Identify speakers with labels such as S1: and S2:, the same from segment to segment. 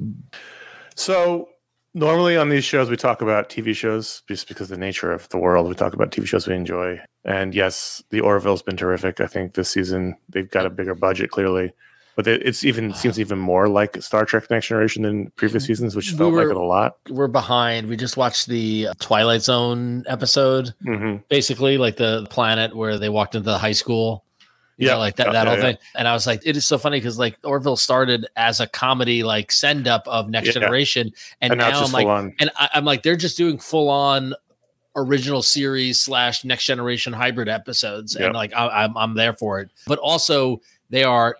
S1: So normally on these shows we talk about TV shows just because of the nature of the world. We talk about TV shows we enjoy. And yes, the Orville's been terrific. I think this season they've got a bigger budget clearly. But it- it's even seems even more like Star Trek Next Generation than previous seasons, which
S2: Mm-hmm. We
S1: felt like
S2: were-
S1: it a lot.
S2: we're behind. We just watched the uh, Twilight Zone episode,
S1: hmm
S2: basically like the planet where they walked into the high school. You
S1: Yeah.
S2: know, like that
S1: Yeah,
S2: that
S1: yeah,
S2: whole
S1: yeah.
S2: thing. And I was like, it is so funny because like Orville started as a comedy like send up of Next
S1: Yeah.
S2: Generation, and,
S1: And, now,
S2: now,
S1: it's just
S2: I'm like,
S1: full on.
S2: and I, I'm like, they're just doing full on original series slash Next Generation hybrid episodes,
S1: Yep.
S2: and like I, I'm I'm there for it. But also, they are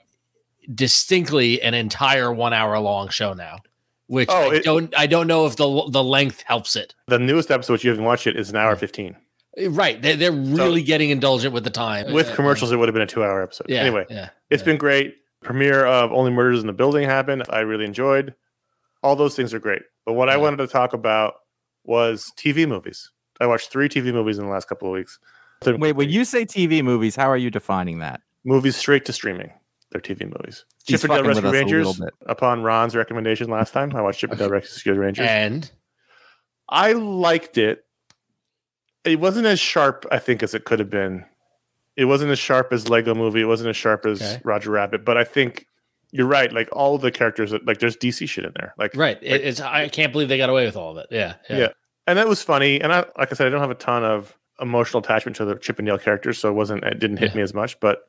S2: distinctly an entire one hour long show now. Which
S1: Oh,
S2: I
S1: it-
S2: don't I don't know if the the length helps it.
S1: The newest episode, which you haven't watched it, is an hour 15.
S2: Right. They, they're really getting indulgent with the time.
S1: With
S2: Uh,
S1: commercials, it would have been a two hour episode.
S2: Yeah.
S1: Anyway,
S2: Yeah.
S1: it's been great. premiere of Only Murders in the Building happened. I really enjoyed. All those things are great. But what I
S2: Yeah.
S1: wanted to talk about was TV movies. I watched three TV movies in the last couple of weeks. They're
S3: Wait, when you say TV movies, how are you defining that?
S1: movies straight to streaming. They're TV movies.
S3: He's
S1: Chip and Dale
S3: fucking with
S1: Rescue
S3: us a
S1: Rangers.
S3: little bit.
S1: Upon Ron's recommendation last time, I watched Chip and Dale Rescue Rangers.
S2: And
S1: I liked it. It wasn't as sharp, I think, as it could have been. It wasn't as sharp as Lego Movie. It wasn't as sharp as
S2: Okay.
S1: Roger Rabbit. But I think you're right. Like all the characters, like there's DC shit in there. Like
S2: right, it, it's I can't believe they got away with all of it. Yeah,
S1: Yeah. and that was funny. And I, like I said, I don't have a ton of emotional attachment to the Chip and Dale characters, so it wasn't it didn't hit
S2: Yeah.
S1: me as much. But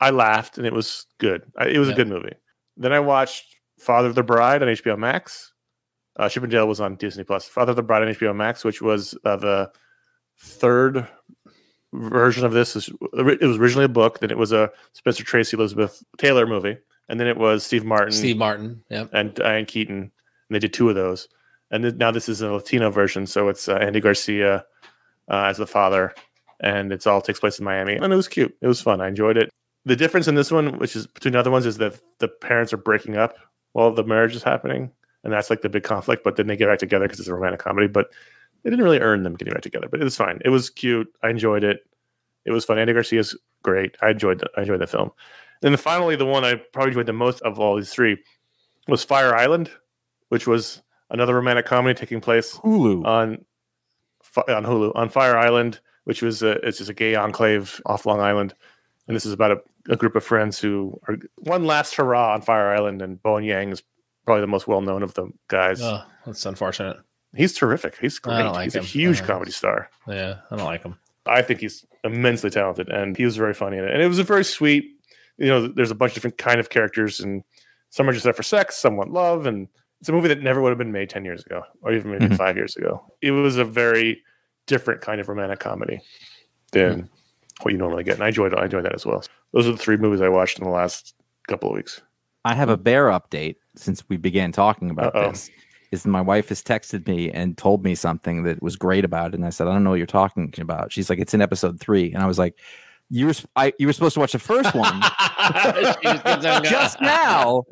S1: I laughed, and it was good. I, it was
S2: Yeah.
S1: a good movie. Then I watched Father of the Bride on HBO Max. Uh, Chip and Dale was on Disney Plus. Father of the Bride on HBO Max, which was uh, the third version of this. Is it was originally a book, then it was a Spencer Tracy Elizabeth Taylor movie, and then it was Steve Martin
S2: Steve Martin. Yeah,
S1: and Diane Keaton. And they did two of those. And th- now this is a Latino version. So it's uh, Andy Garcia uh, as the father. And it's all takes place in Miami. And it was cute. It was fun. I enjoyed it. The difference in this one, which is between the other ones, is that the parents are breaking up while the marriage is happening. And that's like the big conflict. But then they get back together because it's a romantic comedy. But they didn't really earn them getting back together. But it was fine. It was cute. I enjoyed it. It was fun. Andy Garcia's great. I enjoyed the, I enjoyed the film. And then finally, the one I probably enjoyed the most of all these three was Fire Island, which was another romantic comedy taking place
S3: Hulu.
S1: on Fi- on Hulu on Fire Island, which was a, it's just a gay enclave off Long Island, and this is about a, a group of friends who are one last hurrah on Fire Island, and Bowen Yang is probably the most well known of the guys.
S2: oh, that's unfortunate.
S1: he's terrific. He's
S2: I
S1: great.
S2: don't like
S1: he's
S2: him.
S1: a huge
S2: Uh,
S1: comedy star.
S2: Yeah, I don't like him.
S1: I think he's immensely talented, and he was very funny in it. And it was a very sweet. You know, there's a bunch of different kind of characters, and some are just there for sex, some want love, and it's a movie that never would have been made ten years ago, or even maybe
S3: Mhm.
S1: five years ago. It was a very different kind of romantic comedy than what you normally get, and I enjoyed. I enjoyed that as well. Those are the three movies I watched in the last couple of weeks.
S3: I have a bear update since we began talking about
S1: Uh-oh.
S3: this. Is my wife has texted me and told me something that was great about it, and I said, "I don't know what you're talking about." She's like, "It's in episode three. and I was like, "You were sp- I, you were supposed to watch the first one just now,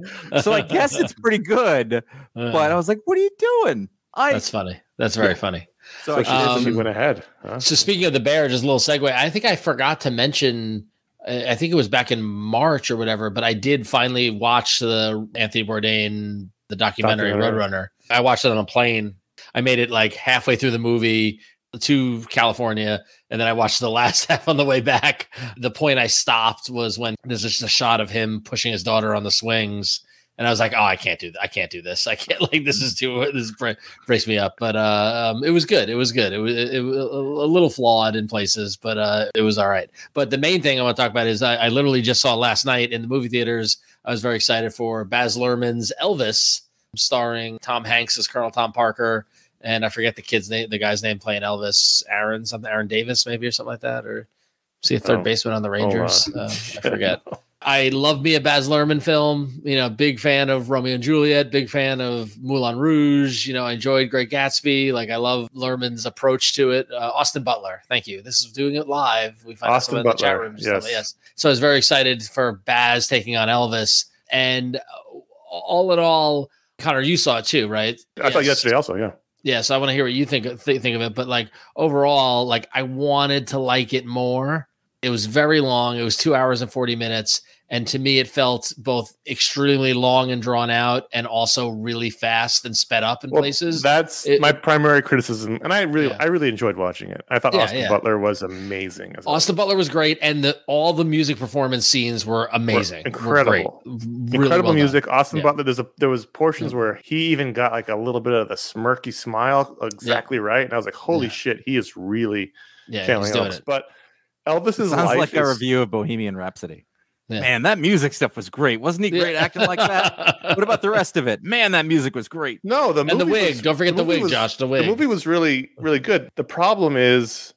S3: so I guess it's pretty good." But I was like, "What are you doing?" I
S2: Uh, that's funny. That's very funny.
S1: So she,
S2: Um,
S1: she went ahead. Huh?
S2: So speaking of the bear, just a little segue. I think I forgot to mention. uh, I I think it was back in March or whatever, but I did finally watch the Anthony Bourdain the documentary,
S1: Documentary.
S2: Roadrunner. I watched it on a plane. I made it like halfway through the movie to California, and then I watched the last half on the way back. The point I stopped was when there's just a shot of him pushing his daughter on the swings, and I was like, "Oh, I can't do, th- I can't do this. I can't like this is too this bra- breaks me up." But uh, um, it was good. It was good. It was it, it, was a little flawed in places, but uh, it was all right. But the main thing I want to talk about is I, I literally just saw last night in the movie theaters. I was very excited for Baz Luhrmann's Elvis, starring Tom Hanks as Colonel Tom Parker and I forget the kid's name, the guy's name playing Elvis, Aaron something, Aaron Davis maybe or something like that, or see a third
S1: Oh.
S2: baseman on the
S1: uh,
S2: Rangers. Uh, I forget. I love me a Baz Luhrmann film. You know, big fan of Romeo and Juliet, big fan of Moulin Rouge. You know, I enjoyed Great Gatsby. Like I love Luhrmann's approach to it. Uh, Austin Butler, thank you. This is doing it live. We found out
S1: Austin
S2: some in the
S1: Butler,
S2: chat room.
S1: yes.
S2: yes. So I was very excited for Baz taking on Elvis, and uh, all in all, Connor, you saw it too, right?
S1: I thought
S2: Yes.
S1: yesterday also. Yeah.
S2: Yeah, so I want to hear what you think th- think of it. But like overall, like I wanted to like it more. It was very long. It was two hours and forty minutes, and to me, it felt both extremely long and drawn out, and also really fast and sped up in
S1: Well,
S2: places.
S1: That's
S2: it-
S1: my primary criticism, and I really,
S2: Yeah.
S1: I really enjoyed watching it. I thought
S2: Yeah,
S1: Austin
S2: yeah.
S1: Butler was amazing. As
S2: Austin Butler was great, and the all the music performance scenes were amazing, were great.
S1: incredible.
S2: Really
S1: incredible
S2: well done.
S1: music. Austin
S2: Yeah.
S1: Butler. There's a there was portions where he even got like a little bit of the smirky smile exactly right, and I was like, holy
S2: Yeah.
S1: shit, he is really
S2: Yeah,
S1: killing
S2: he's doing
S1: Elvis.
S2: it.
S1: But Elvis's
S3: sounds
S1: life
S3: like a
S1: is-
S3: review of Bohemian Rhapsody.
S2: Yeah.
S3: Man, that music stuff was great. Wasn't he great
S2: Yeah.
S3: acting like that? what about the rest of it? Man, that music was great.
S1: No, the
S2: and the
S1: movie
S2: wig?
S1: was-
S2: Don't forget the,
S1: movie
S2: wig,
S1: was-
S2: Josh. The wig.
S1: The movie was really, really good. The problem is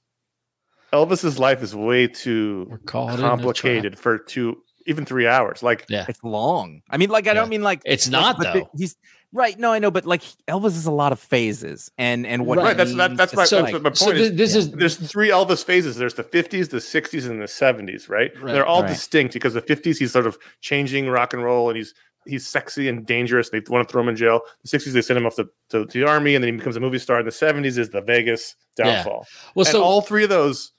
S1: Elvis's life is way
S2: We're
S1: too
S2: caught in a trap.
S1: complicated for two, even three hours. Like
S3: It's long. I mean, like I
S2: Yeah.
S3: don't mean like
S2: It's not
S3: but
S2: though.
S3: the- he's Right. No, I know, but like Elvis is a lot of phases and and what
S2: Right,
S3: he
S1: that's- that- that's my-
S3: it's
S2: So,
S3: like-
S1: that's my point
S2: so thi-
S1: is-
S2: this is
S1: There's three Elvis phases. There's the 50s, the 60s, and the 70s, right?
S2: Right.
S1: They're all
S3: Right.
S1: distinct because the 50s he's sort of changing rock and roll, and he's he's sexy and dangerous. They want to throw him in jail. The 60s they send him off to, to, to the army, and then he becomes a movie star. And the 70s is the Vegas downfall.
S2: well.
S1: and
S2: So
S1: all three of those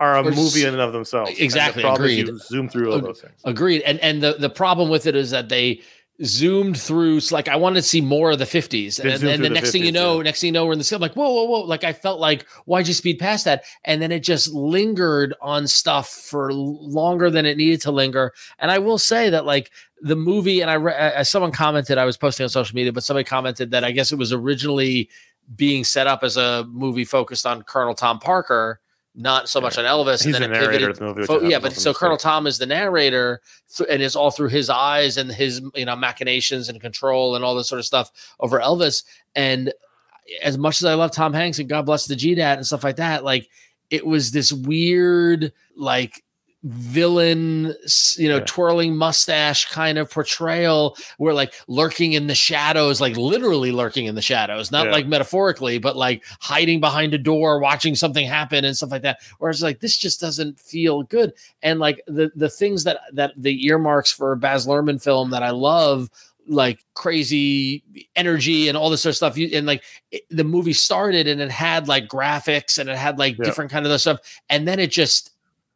S1: are a
S2: Or s-
S1: movie in and of themselves. And the
S2: Exactly,
S1: problem is
S2: agreed. Oh,
S1: you zoom through all
S2: Ag-
S1: those things.
S2: Agreed. And and the, the problem with it is that they zoomed through. So like I wanted to see more of the 50s.
S1: They zoomed
S2: And, then the
S1: through the
S2: next thing you
S1: 50s,
S2: know,
S1: yeah.
S2: next thing you know, we're in the city. I'm like, whoa, whoa, whoa. Like I felt like, why'd you speed past that? And then it just lingered on stuff for l- longer than it needed to linger. And I will say that like the movie, and I re- uh, someone commented, I was posting on social media, but somebody commented that I guess it was originally being set up as a movie focused on Colonel Tom Parker, not so much on Elvis.
S1: He's
S2: and
S1: the
S2: then it pivoted
S1: narrator of the movie. which I
S2: Fo-
S1: thought
S2: yeah,
S1: was
S2: but
S1: a
S2: so Colonel
S1: mistake.
S2: Tom is the narrator, th- and it's all through his eyes and his you know machinations and control and all this sort of stuff over Elvis. And eh, as much as I love Tom Hanks and God bless the GDAT and stuff like that, like it was this weird like villain s- you know
S1: Yeah.
S2: twirling mustache kind of portrayal where like lurking in the shadows like literally lurking in the shadows not
S1: Yeah.
S2: like metaphorically but like hiding behind a door watching something happen and stuff like that whereas like this just doesn't feel good and like the the things that that the earmarks for a Baz Luhrmann film that I love like crazy energy and all this sort of stuff you and like it, the movie started and it had like graphics and it had like
S1: Yeah.
S2: different kind of those stuff and then it just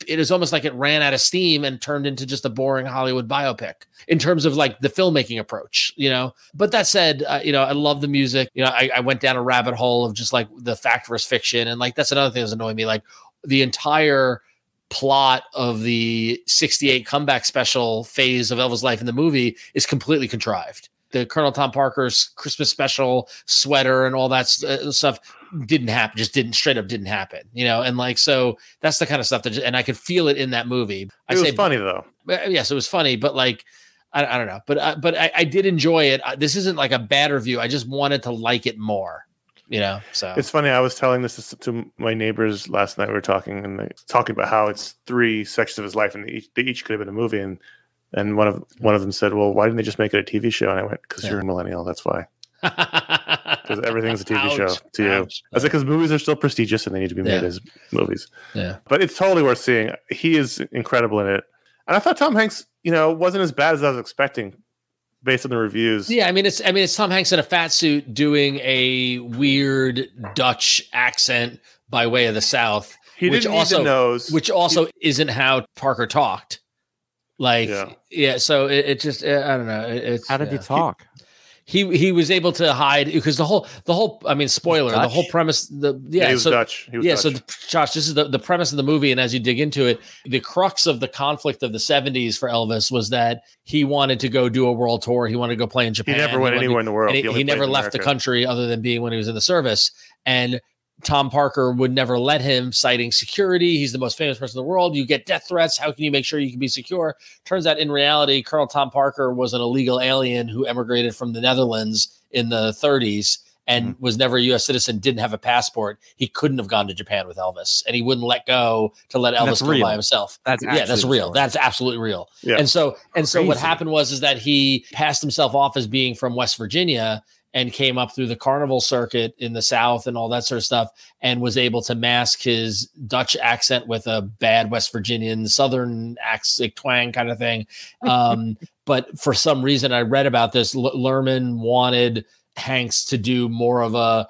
S2: it is almost like it ran out of steam and turned into just a boring Hollywood biopic in terms of like the filmmaking approach, you know. But that said, uh, you know, I love the music. You know, I, I went down a rabbit hole of just like the fact versus fiction, and like that's another thing that's annoying me. Like the entire plot of the 68 comeback special phase of Elvis' life in the movie is completely contrived. The Colonel Tom Parker's Christmas special sweater and all that s- uh, stuff didn't happen, just didn't straight up didn't happen, you know. And like, so that's the kind of stuff that, just, and I could feel it in that movie. I
S1: It was
S2: say
S1: funny though.
S2: uh, yes, it was funny, but like, I, I don't know, but uh, but I, I did enjoy it. Uh, This isn't like a bad review. I just wanted to like it more, you know. So
S1: It's funny. I was telling this to- to my neighbors last night. We were talking and they, talking about how it's three sections of his life, and they each, they each could have been a movie. And and one of one of them said, "Well, why didn't they just make it a TV show?" And I went, "Because
S2: Yeah.
S1: you're a millennial. That's why.
S2: because
S1: Because everything's a TV show to you." I was like, "Because movies are still prestigious, and they need to be made
S2: Yeah.
S1: as movies."
S2: Yeah.
S1: But it's totally worth seeing. He is incredible in it, and I thought Tom Hanks, you know, wasn't as bad as I was expecting, based on the reviews.
S2: Yeah, I mean it's I mean it's Tom Hanks in a fat suit doing a weird Dutch accent by way of the South,
S1: he
S2: which
S1: didn't need
S2: also-
S1: the nose.
S2: which also isn't how Parker talked. Like
S1: Yeah.
S2: yeah, so it, it just uh, I don't know. It, it's
S3: How did
S2: yeah.
S3: he talk?
S2: he he was able to hide because the whole the whole I mean spoiler the
S3: Dutch?
S2: whole premise the
S1: yeah,
S2: yeah,
S1: he was
S2: so
S1: Dutch. He was
S2: yeah
S1: Dutch.
S2: so the, Josh this is the, the premise of the movie and as you dig into it the crux of the conflict of the 70s for Elvis was that he wanted to go do a world tour he wanted to go play in
S1: he
S2: Japan
S1: never went
S2: wanted to-
S1: anywhere in the world.
S2: and he,
S1: only
S2: he
S1: played
S2: never
S1: in
S2: left the
S1: America.
S2: country other than being when he was in the service. And Tom Parker would never let him, citing security. He's the most famous person in the world. You get death threats. How can you make sure you can be secure? Turns out, in reality, Colonel Tom Parker was an illegal alien who emigrated from the Netherlands in the 30s and
S3: Mm-hmm.
S2: was never a U.S. citizen. Didn't have a passport. He couldn't have gone to Japan with Elvis, and he wouldn't let go to let
S3: And
S2: Elvis
S3: that's
S2: go
S3: real.
S2: by himself
S3: That's
S2: yeah, that's
S3: actually the
S2: real.
S3: story.
S2: That's absolutely real.
S1: Yeah.
S2: And so and so what
S3: Crazy.
S2: happened was is that he passed himself off as being from West Virginia and came up through the carnival circuit in the South and all that sort of stuff and was able to mask his Dutch accent with a bad West Virginian Southern accent twang kind of thing. Um, but for some reason, I read about this. L- Lerman wanted Hanks to do more of a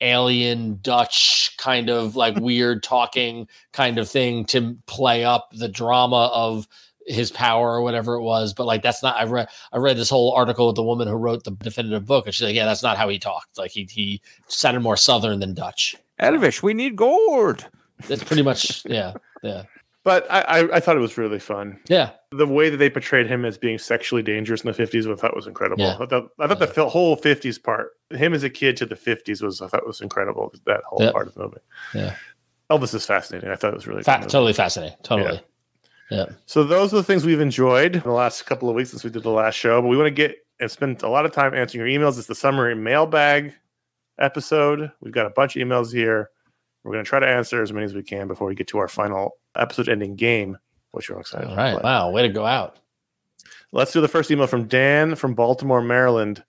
S2: alien Dutch kind of like weird talking kind of thing to play up the drama of his power or whatever it was. But like that's not I read I read this whole article with the woman who wrote the definitive book and she's like, Yeah, that's not how he talked. Like he he sounded more southern than Dutch.
S3: Elvis, we need gold.
S2: That's pretty much yeah. Yeah.
S1: But I, I, I thought it was really fun.
S2: Yeah.
S1: The way that they portrayed him as being sexually dangerous in the fifties, I thought was incredible.
S2: Yeah.
S1: I thought, I thought the whole fifties part, him as a kid to the fifties, was I thought was incredible. That whole
S2: Yeah.
S1: part of the movie.
S2: Yeah.
S1: Elvis is fascinating. I thought it was really
S2: Fa-
S1: fun.
S2: totally fascinating. Totally.
S1: So those are the things we've enjoyed in the last couple of weeks since we did the last show. But we want to get and spend a lot of time answering your emails. It's the summary mailbag episode. We've got a bunch of emails here. We're going to try to answer as many as we can before we get to our final episode ending game, which we're excited
S2: All
S1: to
S2: right.
S1: play.
S2: Wow. Way to go out.
S1: Let's do the first email from Dan from Baltimore, Maryland.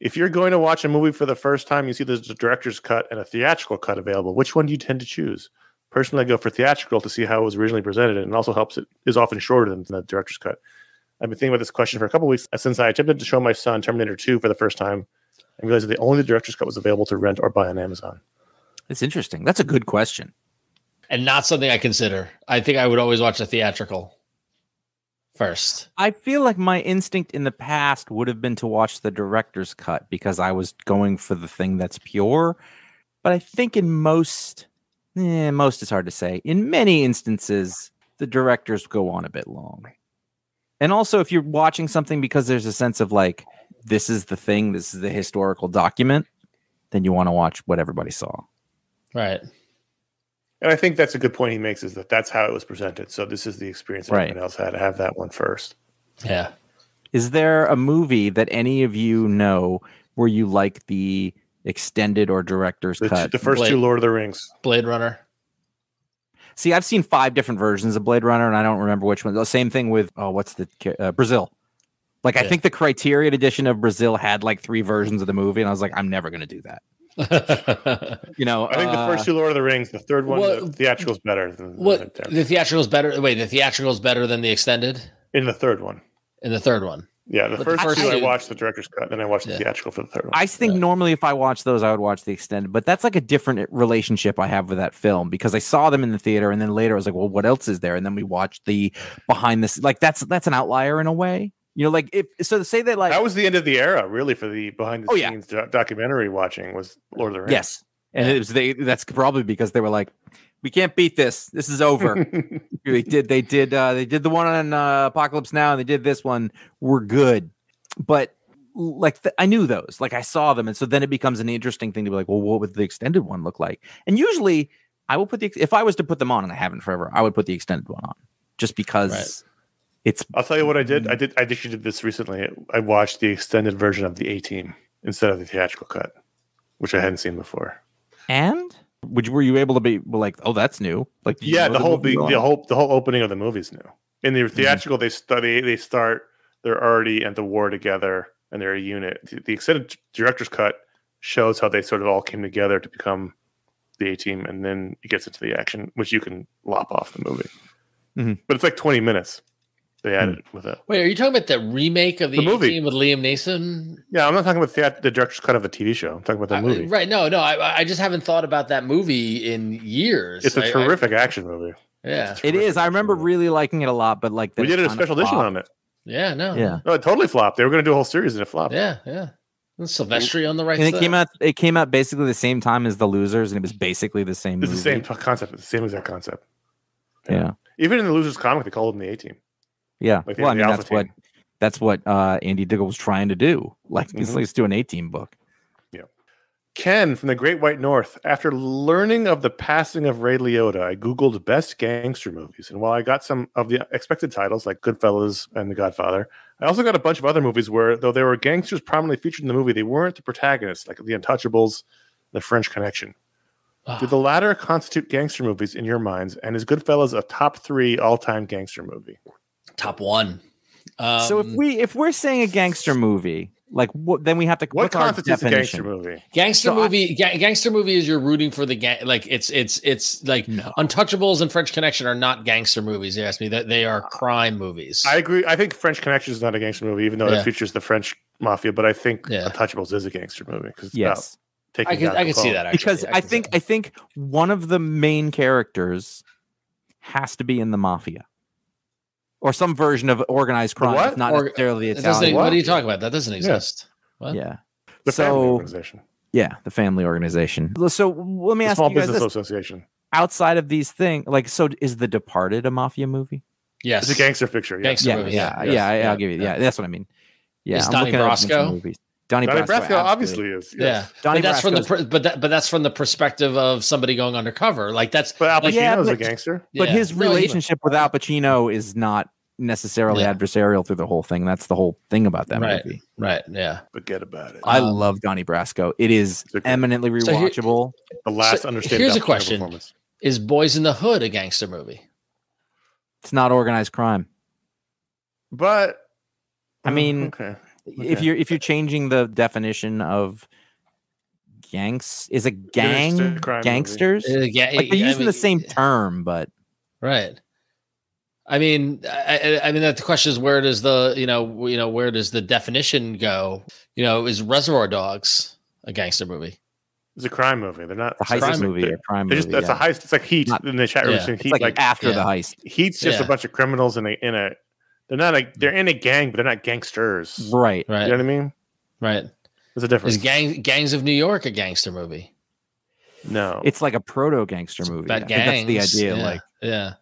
S1: If you're going to watch a movie for the first time, you see there's a director's cut and a theatrical cut available. Which one do you tend to choose? Personally, I go for theatrical to see how it was originally presented, and also helps it is often shorter than the director's cut. I've been thinking about this question for a couple weeks uh, since I attempted to show my son Terminator 2 for the first time and realized that the only director's cut was available to rent or buy on Amazon.
S3: It's interesting. That's a good question.
S2: and not something I consider. I think I would always watch the theatrical first.
S3: I feel like my instinct in the past would have been to watch the director's cut because I was going for the thing that's pure. But I think in most, eh, most is hard to say. In many instances, the directors go on a bit long. And also, if you're watching something because there's a sense of like, this is the thing, this is the historical document, then you want to watch what everybody saw.
S2: Right.
S1: And I think that's a good point he makes is that that's how it was presented. So this is the experience that
S3: Right.
S1: everyone else had to have that one first.
S2: Yeah.
S3: Is there a movie that any of you know where you like the extended or director's
S1: The,
S3: cut?
S1: the first
S2: Blade.
S1: two Lord of the Rings.
S2: Blade Runner.
S3: See, I've seen five different versions of Blade Runner, and I don't remember which one. The same thing with oh, what's the ca- uh, Brazil? Like, I
S2: Yeah.
S3: think the Criterion edition of Brazil had like three versions of the movie, and I was like, I'm never going to do that. You know,
S1: I think the first
S3: uh,
S1: two Lord of the Rings, the third one,
S2: what-
S1: the theatrical is better than
S2: what
S1: than-
S2: the theatrical is better. Wait, the theatrical is better than the extended
S1: in the third one.
S2: and the third one.
S1: Yeah, the
S2: But the
S1: first,
S2: first
S1: two I
S2: two-
S1: watched the director's cut, then I watched
S2: Yeah.
S1: the theatrical for the third one.
S3: I think
S2: Yeah.
S3: normally if I watch those, I would watch the extended, but that's like a different eh, relationship I have with that film because I saw them in the theater, and then later I was like, well, what else is there? And then we watched the behind this. Like that's that's an outlier in a way. You know, like if so, say they like
S1: that was the end of the era, really, for the behind the
S3: Oh, yeah.
S1: scenes doc- documentary watching was Lord of the Rings.
S3: Yes. And it was they that's probably because they were like, we can't beat this. This is over. they did they did uh they did the one on uh, Apocalypse Now and they did this one. We're good. But like th- I knew those. Like I saw them and so then it becomes an interesting thing to be like, well what would the extended one look like? And usually I will put the ex- if I was to put them on and I haven't forever, I would put the extended one on just because
S2: Right.
S3: it's
S1: I'll tell you what I did. I did. I actually did this recently. I watched the extended version of the A Team instead of the theatrical cut, which I hadn't seen before.
S3: and would you, were you able to be like, oh that's new? Like did you
S1: Yeah,
S3: know
S1: the whole
S3: movie
S1: big,
S3: was
S1: the
S3: on? Mm-hmm.
S1: whole the whole opening of the movie is new. In the theatrical, they start they, they start they're already at the war together and they're a unit. The- The extended director's cut shows how they sort of all came together to become the A team, and then it gets into the action, which you can lop off the movie.
S3: Mhm.
S1: But it's like twenty minutes. They added
S3: Mm.
S1: with it.
S2: Wait, are you talking about the remake of the,
S1: The movie.
S2: movie with Liam Neeson?
S1: Yeah, I'm not talking about the, the director's cut of the TV show. I'm talking about the
S2: I-
S1: movie.
S2: right. No, no. I, I just haven't thought about that movie in years.
S1: It's
S2: I-
S1: a
S2: I-
S1: terrific action movie.
S2: yeah.
S3: It is. I remember really liking it a lot, but like
S1: We
S3: that
S1: did
S3: it
S1: a
S3: kinda
S1: special edition
S3: flopped.
S1: on it.
S2: Yeah. No.
S3: Yeah,
S1: No, it totally flopped. They were going to do a whole series and it flopped.
S2: Yeah. Yeah. And Silvestri on the right
S3: and it
S2: side.
S3: came out. It came out basically the same time as The Losers, and it was basically the same.
S1: Mm-hmm. It's the
S3: movie.
S1: same t- concept. It's the same exact concept.
S3: Yeah,
S1: Even in the Losers comic, they called him the A Team.
S3: yeah.
S1: Like they
S3: well, I
S1: had the
S3: mean,
S1: Alpha
S3: that's what
S1: team.
S3: that's what uh, Andy Diggle was trying to do. Like, it's
S1: Mhm.
S3: like let's do an eighteen book.
S1: Ken from the Great White North. After learning of the passing of Ray Liotta, I Googled best gangster movies. And while I got some of the expected titles like Goodfellas and The Godfather, I also got a bunch of other movies where, though there were gangsters prominently featured in the movie, they weren't the protagonists, like The Untouchables, The French Connection. Do
S2: Ah,
S1: the latter constitute gangster movies in your minds? And is Goodfellas a top three all time gangster movie?
S2: top one. Um,
S3: so if we if we're saying a gangster movie, like what, then we have to
S1: What
S3: what's our
S1: constitutes a gangster
S3: definition?
S1: movie?
S2: gangster
S3: So I-
S2: movie, ga- gangster movie is you're rooting for the gang. Like it's it's it's like
S3: No.
S2: Untouchables and French Connection are not gangster movies. You ask me that they are crime movies.
S1: I agree. I think French Connection is not a gangster movie, even though
S2: Yeah.
S1: it features the French mafia. But I think
S2: Yeah.
S1: Untouchables is a gangster movie because it's
S3: Yes,
S1: about taking
S2: I can
S1: down
S2: I can see
S1: Capone.
S2: that actually.
S3: because I,
S2: can see
S3: think
S2: that.
S3: I think one of the main characters has to be in the mafia or some version of organized crime,
S1: what?
S3: if not
S2: Or-
S3: necessarily
S2: That doesn't-
S3: Italian.
S2: what?
S1: What?
S2: are you talking about? That doesn't exist. What?
S3: Yeah.
S1: The family
S3: so
S1: organization,
S3: yeah, the family organization. So let me
S1: the
S3: ask
S1: Small
S3: you guys
S1: Business
S3: this:
S1: Association.
S3: outside of these things, like, so is The Departed a mafia movie?
S2: Yes.
S1: It's a gangster picture. Yeah.
S2: Gangster- It's a
S3: yeah,
S2: movie,
S3: yeah,
S2: yeah,
S3: yeah, I-
S2: yes,
S3: I'll
S2: yeah,
S3: give you.
S2: yeah.
S3: Yeah, that's what I mean. Yeah,
S2: Is
S3: I'm
S2: Donnie
S3: looking at a bunch of
S2: Brasco?
S3: movies. Donnie,
S1: Donnie
S3: Brasco,
S1: Brasco obviously
S3: absolutely.
S1: is.
S2: Yeah.
S1: yes.
S3: Donnie
S2: but that's from the
S3: Brasco's-
S2: per- but that but that's from the perspective of somebody going undercover. Like that's
S1: But Al
S2: Like-
S1: Pacino
S3: Yeah,
S1: is a
S3: but-
S1: gangster.
S3: But
S2: yeah.
S3: his
S2: No, he-
S3: relationship with Al Pacino is not necessarily
S2: Yeah.
S3: adversarial through the whole thing. That's the whole thing about that
S2: Right.
S3: movie.
S2: right? Yeah.
S1: Forget about it.
S3: I
S2: Um,
S3: love Donnie Brasco. It is
S1: It's okay.
S3: eminently
S2: So here-
S3: rewatchable.
S1: The last
S2: so
S1: understated.
S2: here's a
S1: Al Pacino
S2: question.
S1: performance.
S2: Is Boys in the Hood a gangster movie?
S3: it's not organized crime.
S1: But
S3: I mean,
S1: Oh, okay.
S3: if
S1: Okay.
S3: you're if you're changing the definition of gangs is a gang
S1: Gangster crime movie.
S3: gangsters
S2: Uh, yeah,
S3: like they're
S2: I
S3: using
S2: mean-
S3: the same term but
S2: Right. I mean, I, I I mean that the question is where does the you know you know where does the definition go? You know, is Reservoir Dogs a gangster movie?
S1: It's a crime movie. They're not
S3: the
S1: it's a
S3: heist
S1: crime
S3: movie
S1: They're,
S3: or crime
S1: they're just
S3: movie
S1: that's
S3: yeah.
S1: a heist. It's like Heat
S3: Not-
S1: in the chat room.
S2: yeah.
S1: saying
S3: it's
S1: Heat,
S3: like,
S1: like,
S3: after the
S2: yeah.
S3: heist
S1: Heat's just
S2: Yeah.
S1: a bunch of criminals in a in a. They're not a. They're in a gang, but they're not gangsters.
S3: right
S2: Right.
S1: You know what I mean?
S2: Right.
S1: There's a
S2: Is
S1: difference.
S2: Gang Gangs of New York a gangster movie?
S1: no,
S3: it's like a proto gangster movie I
S2: About
S3: think that's the
S2: gangs,
S3: idea
S2: yeah,
S3: like
S2: yeah.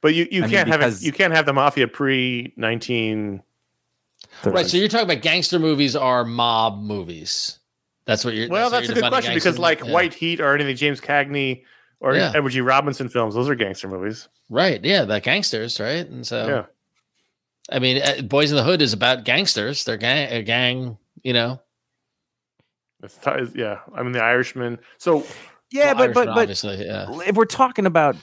S1: but you, you
S3: I mean,
S1: can't have it,
S3: because-
S1: you can't have the mafia pre nineteen.
S3: the-
S2: Right. So you're talking about gangster movies are mob movies. That's what you're.
S1: Well,
S2: what
S1: that's,
S2: you're
S1: a good
S2: defining
S1: question
S2: gangster
S1: because
S2: movie-
S1: like
S2: yeah.
S1: White Heat or any of the James Cagney or
S2: Yeah.
S1: Edward G. Robinson films, those are gangster movies.
S2: Right. Yeah. The gangsters. Right. And so.
S1: yeah,
S2: I mean, uh, Boys in the Hood is about gangsters. They're gang, a gang. You know.
S1: it's t- yeah. I mean, The Irishman. So
S3: yeah
S2: Well,
S3: but but
S2: Irishman,
S3: but
S2: obviously, yeah.
S3: if we're talking about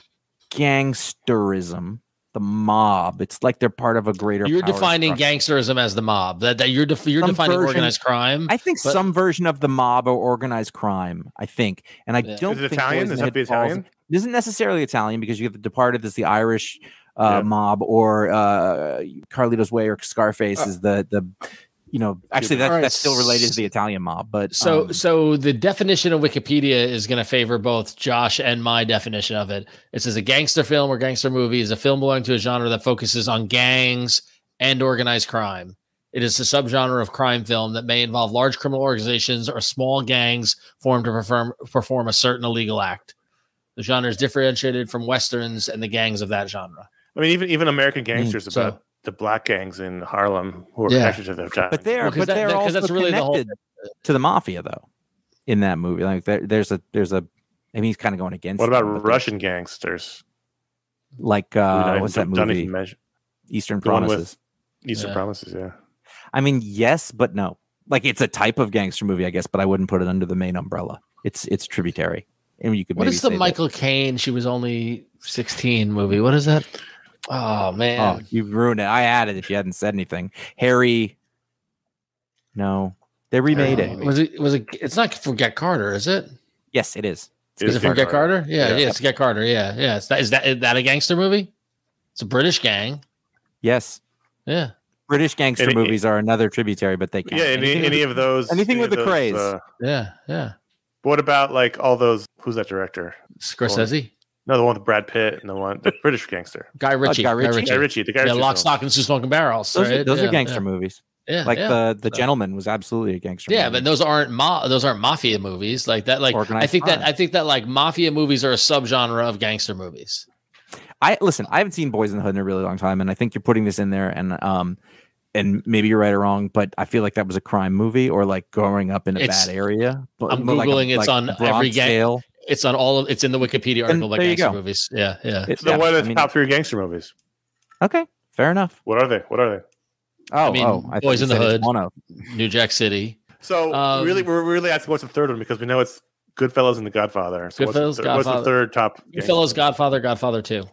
S3: gangsterism the mob it's like they're part of a greater
S2: You're
S3: power
S2: defining
S3: structure.
S2: gangsterism as the mob. That, that you're def- you're
S3: Some
S2: defining
S3: version-
S2: organized crime.
S3: I think
S2: But-
S3: some version of the mob or organized crime. I think, and I
S2: Yeah.
S3: don't
S1: is it
S3: think
S1: Italian?
S3: Boys in
S1: Is
S3: the
S1: that the
S3: Hood falls-
S1: Italian?
S3: It isn't necessarily Italian because you have the Departed as the Irish uh,
S1: Yeah.
S3: mob, or uh, Carlito's Way or Scarface
S2: Uh,
S3: is the the you know actually
S1: Cuban.
S3: that's
S2: Alright,
S3: that's still related to
S2: s-
S3: the Italian mob, but
S2: So,
S3: um,
S2: so the definition of Wikipedia is going to favor both Josh and my definition of it. It says a gangster film or gangster movie is a film belonging to a genre that focuses on gangs and organized crime. It is a subgenre of crime film that may involve large criminal organizations or small gangs formed to perform perform a certain illegal act. The genre is differentiated from westerns and the gangs of that genre.
S1: I mean, even even
S3: Hmm,
S1: American gangsters
S2: so-
S1: about the black gangs in Harlem who are
S2: Yeah.
S1: connected to their time.
S3: but they're
S2: Well, 'cause
S3: but
S2: that-
S3: they're
S2: that- 'cause
S3: also
S2: that's really the whole-
S3: connected to the mafia though in that movie. Like there, there's a there's a I mean he's kind of going against.
S1: what about
S3: them, but there's-
S1: Russian gangsters?
S3: Like uh,
S1: Dude, I
S3: what's that
S1: don't even
S3: movie?
S1: measure-
S3: Eastern
S1: The one with-
S3: Promises.
S1: Eastern
S2: Yeah.
S1: Promises, yeah.
S3: I mean, yes, but no. Like it's a type of gangster movie, I guess, but I wouldn't put it under the main umbrella. It's it's tributary. And you could
S2: What
S3: maybe
S2: is the
S3: say that-
S2: Michael Caine? She was only sixteen movie. What is that? Oh man,
S3: Oh, you ruined it. I added if you hadn't said anything. Harry. No. They remade
S2: Uh,
S3: it.
S2: Was it? Was it? It's not Forget Carter, is it?
S3: Yes, it is.
S1: It is
S3: It's
S1: Forget
S2: Forget Carter. Yeah,
S1: Yeah.
S2: yeah, it's Forget Carter. Yeah, yeah. Is that, is that is that a gangster movie? It's a British gang.
S3: Yes.
S2: Yeah,
S3: British gangster
S1: And it-
S3: movies are another tributary, but they can't.
S1: Yeah, any, any, of those.
S3: anything
S1: any
S3: with
S1: of
S3: the
S1: those, uh,
S3: craze.
S2: yeah, yeah.
S1: what about like all those? Who's that director?
S2: Scorsese,
S1: No, the one with Brad Pitt and the one, the British gangster.
S2: Guy Ritchie,
S3: Oh, Guy
S2: Guy
S3: Ritchie?
S2: Ritchie.
S1: Guy Ritchie, the guy.
S2: yeah,
S1: Ritchie
S2: Lock,
S1: film.
S2: Stock, and Two Smoking Barrels.
S3: those
S2: right?
S3: are, those
S2: yeah,
S3: are gangster movies.
S2: Yeah, yeah,
S3: Like
S2: yeah.
S3: the the
S2: So-
S3: gentleman was absolutely a gangster.
S2: Yeah,
S3: movie.
S2: but those aren't ma- those aren't mafia movies like that. Like I
S3: Organized
S2: think that
S3: crime.
S2: I think that like mafia movies are a subgenre of gangster movies.
S3: I listen. I haven't seen Boys in the Hood in a really long time, and I think you're putting this in there, and um, and maybe you're right or wrong, but I feel like that was a crime movie or like growing up in a
S2: It's-
S3: bad area. But
S2: I'm
S3: but like a-
S2: Googling, it's on
S3: a
S2: every
S3: Bronx
S2: gang-
S3: Tale.
S2: It's on all of it's in the Wikipedia
S3: Then
S2: article about
S3: there you
S2: gangster
S3: go.
S2: movies. Yeah, yeah.
S3: It-
S1: So the
S3: yeah,
S1: one
S3: I
S1: of the
S3: mean,
S1: top three gangster movies.
S3: Okay, fair enough.
S1: What are they? What are they?
S3: Oh,
S2: mean,
S3: oh, thought
S2: Boys
S3: you
S2: in the
S3: said it's
S2: Hood.
S3: one of-
S2: New Jack City.
S1: So
S2: Um,
S1: really, we're really asking what's the third one because we know it's Goodfellas and The Godfather. So
S2: Goodfellas,
S1: what's, the third, what's the
S2: Godfather.
S1: third top?
S2: Your
S1: gangster
S2: fellows,
S1: movie?
S2: Godfather, Godfather Two.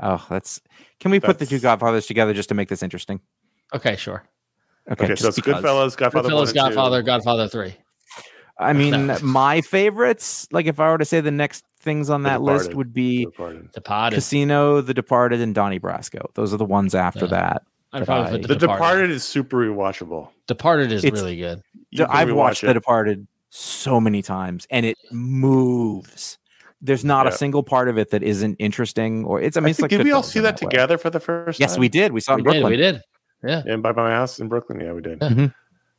S3: Oh, that's. Can we put the two
S1: That's-
S3: Godfathers together just to make this interesting?
S2: Okay, sure.
S3: Okay,
S1: Okay, so
S3: just
S1: it's
S3: because.
S1: Goodfellas, Godfather, one
S2: Goodfellas,
S1: and two.
S2: Godfather, Godfather Three.
S3: I mean,
S2: No.
S3: my favorites. Like, if I were to say the next things on
S1: The
S3: that list
S1: Departed.
S3: would be
S1: Departed.
S2: The Pod is.
S3: Casino, The Departed, and Donnie Brasco. Those are the ones after
S2: Yeah.
S3: that.
S2: I'd probably
S3: The
S2: put
S1: The Departed.
S2: Departed.
S1: is super rewatchable.
S2: Departed is
S3: It's-
S2: really good.
S1: You can
S3: I've
S1: rewatch
S3: watched
S1: it.
S3: The Departed so many times, and it moves. There's not
S1: Yeah.
S3: a single part of it that isn't interesting, or it's. I mean,
S1: I
S3: it's
S1: think-
S3: like
S1: did we all
S3: Goodfellas
S1: see
S3: in
S1: that
S3: way.
S1: together for the first
S3: Yes,
S1: time?
S3: we did. We saw it
S2: We
S3: in
S2: did.
S3: Brooklyn.
S2: We did.
S1: And by my house in Brooklyn, yeah, we did.
S2: Yeah.
S3: Mhm.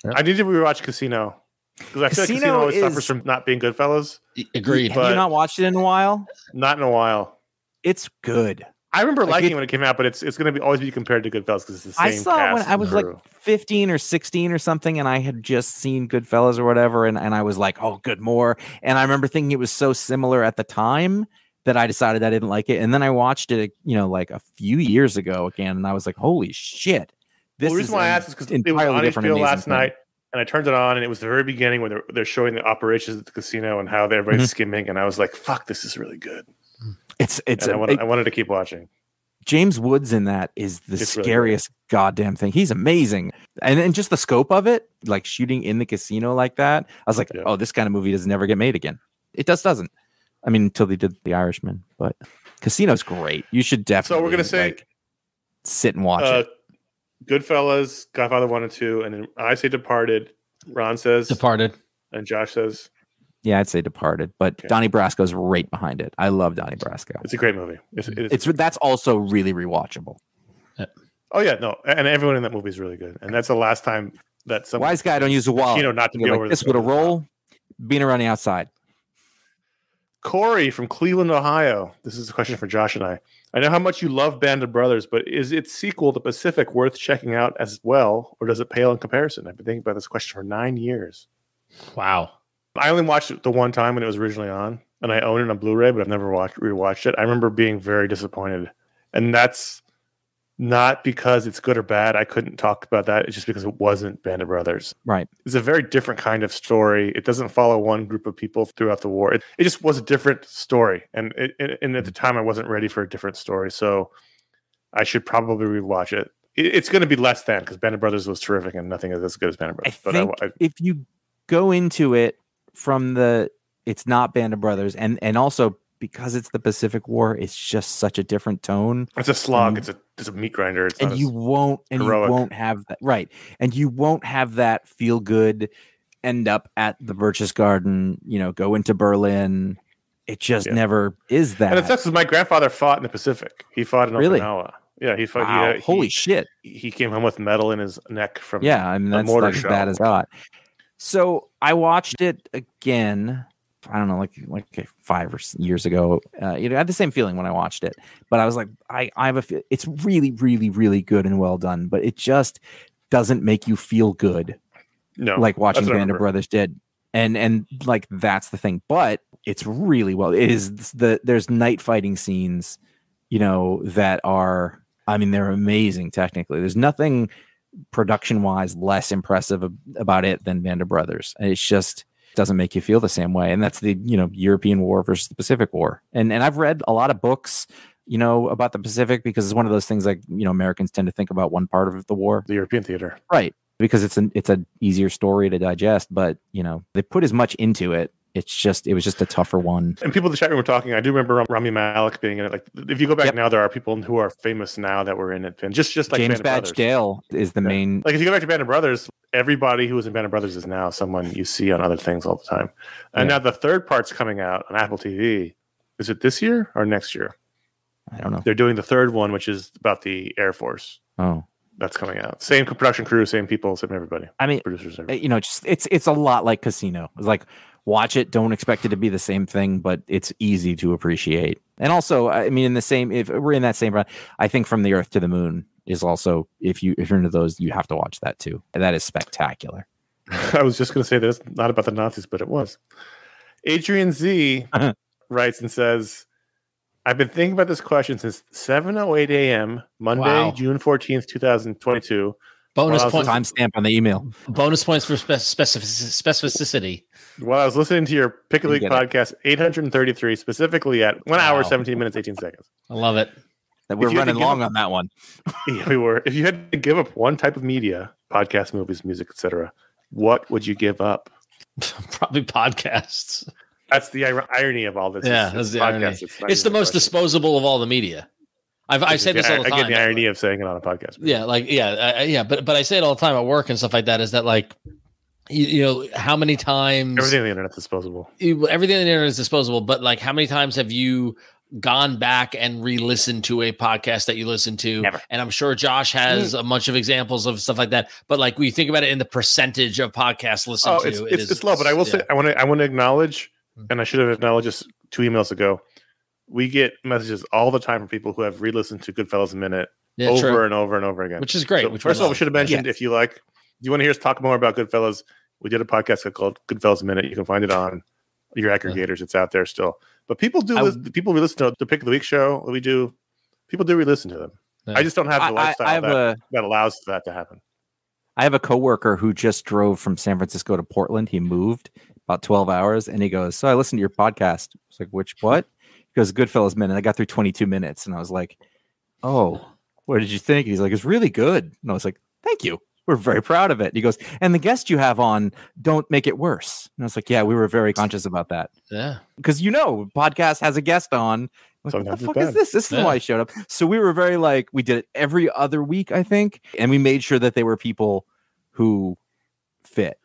S2: Yeah.
S1: I need to rewatch Casino because I feel like Casino
S3: Casino
S1: always
S3: is-
S1: suffers from not being Goodfellas.
S2: E, Agreed.
S3: Have
S1: but-
S3: you not watched it in a while?
S1: Not in a while.
S3: It's good.
S1: I remember
S3: Like
S1: liking
S3: it-
S1: it when it came out, but it's it's going to be always be compared to Goodfellas because it's the same.
S3: I saw it when
S1: cast
S3: I
S1: and
S3: was like
S1: crew.
S3: 15 or 16 or something, and I had just seen Goodfellas or whatever, and, and I was like, oh, good more. And I remember thinking it was so similar at the time that I decided I didn't like it. And then I watched it, you know, like a few years ago again, and I was like, holy shit. This
S1: Well, the reason
S3: is
S1: why I
S3: an
S1: asked is because it was on HBO
S3: amazing
S1: last
S3: thing.
S1: night, and I turned it on, and it was the very beginning where they're, they're showing the operations at the casino and how
S3: Mm-hmm.
S1: everybody's skimming, and I was like, "Fuck, this is really good,"
S3: It's it's
S1: and I,
S3: a-
S1: wanted,
S3: it-
S1: I wanted to keep watching.
S3: James Woods in that is the
S1: It's really good.
S3: scariest goddamn thing. He's amazing. And and just the scope of it, like shooting in the casino like that. I was like,
S1: Yeah.
S3: oh, this kind of movie does never get made again. It just doesn't. I mean, until they did The Irishman, but Casino's great. You should definitely
S1: So we're gonna say
S3: like, sit and watch
S1: uh,
S3: it.
S1: Goodfellas, Godfather One and Two, and then I say Departed. Ron says,
S2: Departed.
S1: and Josh says,
S3: Yeah, I'd say Departed, but
S1: okay.
S3: Donnie Brasco's right behind it. I love Donnie Brasco.
S1: "It's a great movie." It's, it is-
S3: It's that's also really rewatchable.
S1: oh yeah, no, and everyone in that movie is really good. And that's the last time that someone
S3: Wise guy don't use the wallet.
S1: you know not to
S3: You're
S1: be
S3: like,
S1: over
S3: this
S1: the-
S3: with a roll, being around the outside.
S1: Corey from Cleveland, Ohio. This is a question for Josh and I. I know how much you love Band of Brothers, but is its sequel, The Pacific, worth checking out as well, or does it pale in comparison? I've been thinking about this question for nine years.
S2: Wow.
S1: I only watched it the one time when it was originally on, and I own it on Blu-ray, but I've never watched rewatched it. I remember being very disappointed, and that's not because it's good or bad. I couldn't talk about that. It's just because it wasn't Band of Brothers.
S3: Right.
S1: It's a very different kind of story. It doesn't follow one group of people throughout the war. It, it just was a different story, and it, it- and at the time I wasn't ready for a different story, so I should probably rewatch it. It- It's going to be less than because Band of Brothers was terrific, and nothing is as good as Band of
S3: I
S1: Brothers.
S3: think if you go into it from the it's not Band of Brothers and and also because it's the Pacific War, it's just such a different tone.
S1: It's a slog.
S3: you-
S1: It's a it's a meat grinder. It's not
S3: and
S1: as-
S3: you won't and
S1: heroic.
S3: you won't have that right and you won't have that feel good end up at the Birch's Garden, you know, go into Berlin. It just
S1: Yeah.
S3: never is that.
S1: and it sucks 'cause my grandfather fought in the Pacific. He fought in
S3: Really?
S1: Okinawa. Yeah, he fought.
S3: wow,
S1: He, uh,
S3: holy
S1: he,
S3: shit.
S1: He came home with metal in his neck from.
S3: Yeah, I mean
S1: a
S3: that's
S1: mortar
S3: like as bad
S1: shell.
S3: as that. So I watched it again. I don't know, like like five or s- years ago. Uh, you know, I had the same feeling when I watched it, but I was like, I I have a. fe- It's really, really, really good and well done, but it just doesn't make you feel good
S1: no,
S3: like watching
S1: what I
S3: Band of
S1: remember.
S3: Brothers did. And and like that's the thing, but it's really well. It is the there's night fighting scenes, you know, that are I mean they're amazing technically. There's nothing production wise less impressive ab- about it than Band of Brothers. It's just doesn't make you feel the same way, and that's the you know European War versus the Pacific War. And and I've read a lot of books, you know, about the Pacific because it's one of those things like you know Americans tend to think about one part of the war
S1: the European theater.
S3: right because it's an it's an easier story to digest but you know they put as much into it it's just it was just a tougher one
S1: And people in the chat room were talking. I do remember Ram- Rami Malik being in it. Like, if you go back
S3: Yep.
S1: now, there are people who are famous now that were in it. And just just like
S3: james
S1: Band
S3: badge
S1: of Brothers.
S3: dale is the
S1: Yeah.
S3: main
S1: Like, if you go back to Band of Brothers, everybody who was in Band of Brothers is now someone you see on other things all the time. And
S3: Yeah.
S1: now the third part's coming out on Apple TV. Is it this year or next year?
S3: i don't know
S1: They're doing the third one, which is about the Air Force.
S3: oh
S1: that's coming out. Same production crew, same people, same everybody,
S3: i mean
S1: producers.
S3: uh,
S1: Everybody.
S3: you know just it's it's a lot like casino it's like watch it don't expect it to be the same thing but it's easy to appreciate and also i mean in the same if we're in that same run i think from the earth to the moon is also if you if you're into those you have to watch that too that is spectacular
S1: I was just going to say that it's not about the Nazis, but it was. Adrian Z writes and says, "I've been thinking about this question since 7:08 a.m. Monday,
S2: Wow.
S1: June 14th, 2022.
S2: Bonus
S1: Wow,
S2: points.
S3: timestamp on the email
S2: Bonus points for spec- specificity.
S1: While I was listening to your Pick a
S3: Didn't
S1: League
S3: get it.
S1: podcast, 833 specifically at one hour
S2: Wow.
S1: 17 minutes 18 seconds.
S2: I love it.
S3: that we're
S1: you had to
S3: running
S1: give
S3: long
S1: a-
S3: on that one
S1: Yeah, we were. If you had to give up one type of media, podcast, movies, music, etc., what would you give up?"
S2: Probably podcasts.
S1: That's the ir- irony of all this.
S2: Yeah,
S1: It's-
S2: that's
S1: it's
S2: the
S1: podcasts.
S2: irony.
S1: not
S2: It's the
S1: even a
S2: most
S1: question.
S2: disposable of all the media. I've, I
S1: Which
S2: say
S1: is
S2: this
S1: the,
S2: all the
S1: I-
S2: time.
S1: Again, the irony of saying it on a podcast.
S2: yeah like yeah I, I- yeah but but i say it all the time at work and stuff like that is that like you, you know how many times
S1: everything on the internet's disposable.
S2: you- everything on the internet is disposable but like how many times have you gone back and re-listened to a podcast that you listened to
S3: Never.
S2: and i'm sure josh
S1: Mm.
S2: has a bunch of examples of stuff like that but like when you think about it in the percentage of podcasts listened
S1: Oh,
S2: to
S1: it's, it's, it's low, but I will say
S2: yeah.
S1: I want to I want to acknowledge,
S2: Hmm.
S1: and I should have acknowledged this two emails ago. We get messages all the time from people who have re-listened to Goodfellas a minute
S2: Yeah,
S1: over
S2: true.
S1: and over and over again.
S2: which is great
S1: So
S2: which
S1: first of all, we
S2: love.
S1: should have mentioned if you like, you want to hear us talk more about Goodfellas. We did a podcast called Goodfellas a Minute. You can find it on your aggregators. It's out there still. But people do
S3: I-
S1: lis- people re-listen to the Pick of the Week show. We do. People do re-listen to them.
S2: Yeah.
S1: I just don't have the
S3: I,
S1: lifestyle
S3: I, I have
S1: that,
S3: a
S1: that allows that to happen.
S3: I have a coworker who just drove from San Francisco to Portland. He moved about 12 hours and he goes, So I listened to your podcast. I was like, Which what? He goes, Goodfellas Minute. I got through 22 minutes and I was like, oh, what did you think? And he's like, it's really good. And I was like, thank you. We're very proud of it. And he goes, and the guest you have on, don't make it worse. And I was like, yeah, we were very conscious about that.
S2: Yeah.
S3: Because you know, podcast has a guest on. I'm Like, what
S1: Sometimes
S3: the
S1: it's
S3: fuck is
S1: bad.
S3: this? This is
S2: Yeah.
S3: why I showed up. So we were very like, we did it every other week, I think. And we made sure that they were people who fit.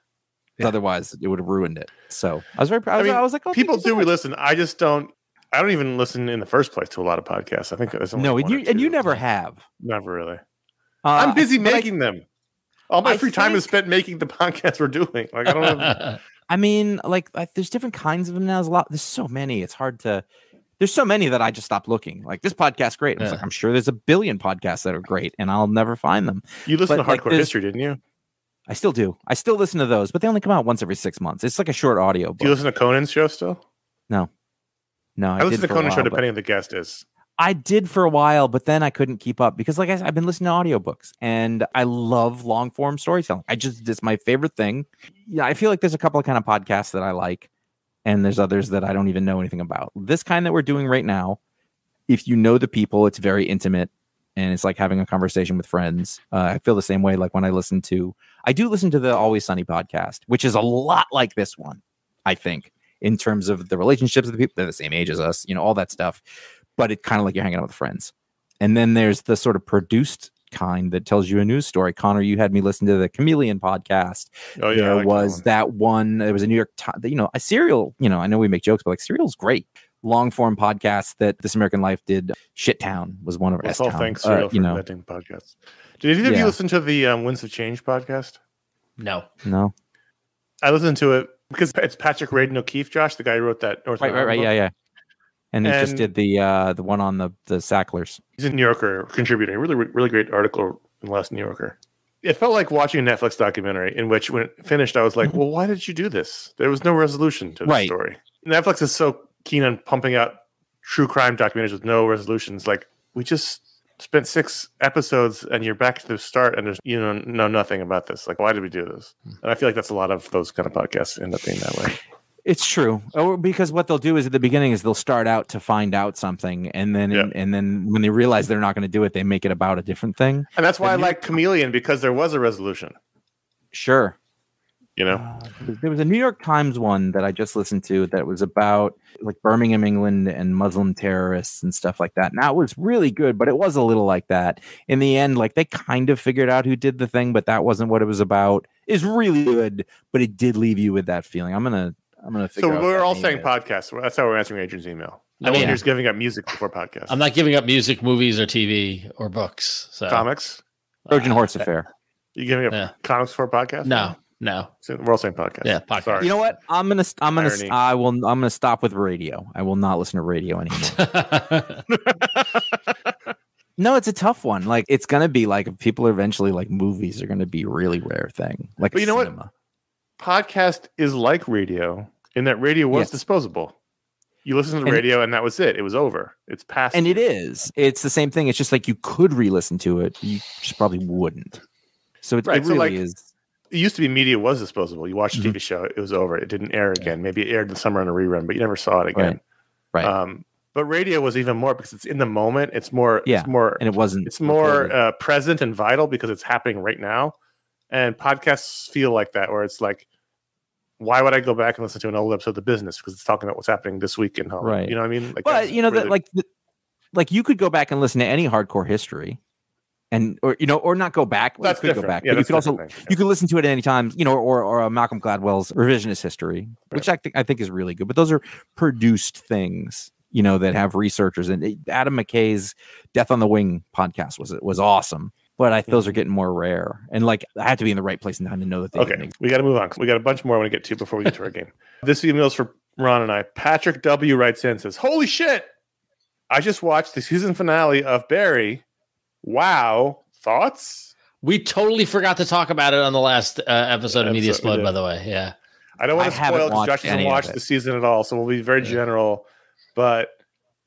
S3: 'Cause
S2: Yeah.
S3: Otherwise, it would have ruined it. So I was very proud. I,
S1: I
S3: was-
S1: mean,
S3: I was like, oh, thank
S1: People
S3: you so
S1: do
S3: much.
S1: listen. I just don't. I don't even listen in the first place to a lot of podcasts. I think there's only
S3: No,
S1: one
S3: and you,
S1: or
S3: and you
S1: two.
S3: never have.
S1: never really.
S3: Uh,
S1: I'm busy
S3: I- but I-
S1: making them. All my
S3: I
S1: free time is
S3: think-
S1: spent making the podcast we're doing. Like I don't know.
S3: I mean, like, like there's different kinds of them now. There's a lot. There's so many. It's hard to. There's so many that I just stopped looking. Like this podcast's great. I was
S2: Yeah.
S3: like, I'm sure there's a billion podcasts that are great, and I'll never find them.
S1: You listened
S3: But,
S1: to
S3: like,
S1: Hardcore
S3: there's-
S1: History, didn't you?
S3: I still do. I still listen to those, but they only come out once every six months. It's like a short audio
S1: Do you
S3: book.
S1: listen to Conan's show still?
S3: No,
S1: I,
S3: I,
S1: listen
S3: did
S1: to
S3: for a
S1: Conan's show
S3: while, but
S1: depending on the guest is.
S3: I did for a while, but then I couldn't keep up because, like I said, I've been listening to audiobooks and I love long form storytelling. I just it's my favorite thing. Yeah, I feel like there's a couple of kind of podcasts that I like, and there's others that I don't even know anything about. This kind that we're doing right now, if you know the people, it's very intimate and it's like having a conversation with friends. Uh, I feel the same way. Like when I listen to, I do listen to the Always Sunny podcast, which is a lot like this one, I think, in terms of the relationships of the people. They're the same age as us, you know, all that stuff. But it kind of like you're hanging out with friends. And then there's the sort of produced kind that tells you a news story. Connor, you had me listen to the Chameleon podcast
S1: Oh yeah, I
S3: there
S1: like that
S3: was
S1: one.
S3: that one. There was a New York Times, you know, a serial. You know, I know we make jokes, but like serial's great. Long form podcast that This American Life did. Shit Town was one of
S1: Let's
S3: us.
S1: all
S3: Town,
S1: thanks
S3: uh,
S1: for
S3: you know,
S1: inventing podcasts. Did either of
S3: Yeah.
S1: you listen to the um, Winds of Change podcast?
S2: no.
S3: no,
S1: I listened to it because it's Patrick Radin O'Keefe, Josh, the guy who wrote that. North
S3: right, right,
S1: Island
S3: right,
S1: book.
S3: yeah, yeah. And he just
S1: And-
S3: did the uh the one on the the Sacklers.
S1: He's a New Yorker contributor. Really, really great article in the last New Yorker. It felt like watching a Netflix documentary in which, when it finished, I was like, "Well, why did you do this? There was no resolution to the
S3: Mm-hmm. Right.
S1: story." Netflix is so keen on pumping out true crime documentaries with no resolutions. Like, we just spent six episodes, and you're back to the start, and there's you know know nothing about this. Like, why did we do this?
S3: Hmm.
S1: And I feel like that's a lot of those kind of podcasts end up being that way.
S3: It's true. Oh, because what they'll do is at the beginning is they'll start out to find out something, and then
S1: Yeah.
S3: and then when they realize they're not going to do it, they make it about a different thing.
S1: And that's why I
S3: And you-
S1: like Chameleon because there was a resolution.
S3: Sure.
S1: You know,
S3: Uh, there was a New York Times one that I just listened to that was about like Birmingham, England, and Muslim terrorists and stuff like that. Now it was really good, but it was a little like that. In the end, like they kind of figured out who did the thing, but that wasn't what it was about. Is really good, but it did leave you with that feeling. I'm gonna, I'm gonna.
S1: So
S3: Figure out
S1: we're
S3: that
S1: all
S3: name
S1: saying
S3: is.
S1: podcasts. That's how we're answering Adrian's email. No
S2: I
S1: one
S2: mean-
S1: here's giving up music before podcasts.
S2: I'm not giving up music, movies, or TV or books. So
S1: comics.
S3: Trojan
S2: Uh,
S3: Horse Affair.
S1: You giving up
S2: Yeah.
S1: comics before podcasts?
S2: No, no.
S1: So We're all saying podcasts.
S2: Yeah, podcasts.
S1: Sorry.
S3: You know what? I'm gonna, I'm gonna,
S1: Irony.
S3: I will, I'm gonna stop with radio. I will not listen to radio anymore. No, it's a tough one. Like it's gonna be like if people are eventually like movies are gonna be a really rare thing. Like
S1: But you know what?
S3: cinema.
S1: Podcast is like radio in that radio was
S3: Yes.
S1: disposable. You listen to the
S3: And-
S1: radio and that was it. It was over. It's past.
S3: And it
S1: you.
S3: is. It's the same thing. It's just like you could re-listen to it. You just probably wouldn't. So it,
S1: Right,
S3: it
S1: so,
S3: really
S1: like-
S3: is.
S1: It used to be media was disposable. You watched a
S3: Mhm.
S1: TV show, it was over. It didn't air again. Maybe it aired in the summer on a rerun, but you never saw it again.
S3: Right, right.
S1: Um, but radio was even more because it's in the moment. It's more.
S3: Yeah,
S1: It's more.
S3: And it wasn't.
S1: it's more
S3: recorded.
S1: uh, present and vital because it's happening right now and podcasts feel like that where it's like why would i go back and listen to an old episode of the business because it's talking about what's happening this week in Hollywood.
S3: Right.
S1: you know what i mean like
S3: but
S1: that's
S3: you know
S1: where
S3: that
S1: the-
S3: like the, like you could go back and listen to any hardcore history, and or you know or not go back. Well, you
S1: that's
S3: could
S1: different.
S3: go back.
S1: yeah,
S3: but you
S1: that's
S3: could also
S1: different thing.
S3: you could listen to it at any time, you know, or or uh, Malcolm Gladwell's revisionist history, which I think I think is really good. But those are produced things, you know, that have researchers. And it- Adam McKay's Death on the Wing podcast was was awesome, but I, those are getting more rare. And like, I have to be in the right place and time to know that they even
S1: okay
S3: exist.
S1: we got to move on 'cause we got a bunch more i want to get to before we get to our game this email's for ron and i patrick w writes in and says holy shit i just watched the season finale of barry wow thoughts
S2: we totally forgot to talk about it on the last uh, episode of Media
S1: Episode,
S2: Split,
S1: yeah.
S2: by the way. Yeah.
S1: I don't want
S3: I
S1: to
S3: haven't
S1: spoil because
S3: watched
S1: Josh
S3: any
S1: doesn't
S3: of
S1: watch
S3: it.
S1: the season at all, so we'll be very
S2: Yeah.
S1: general. But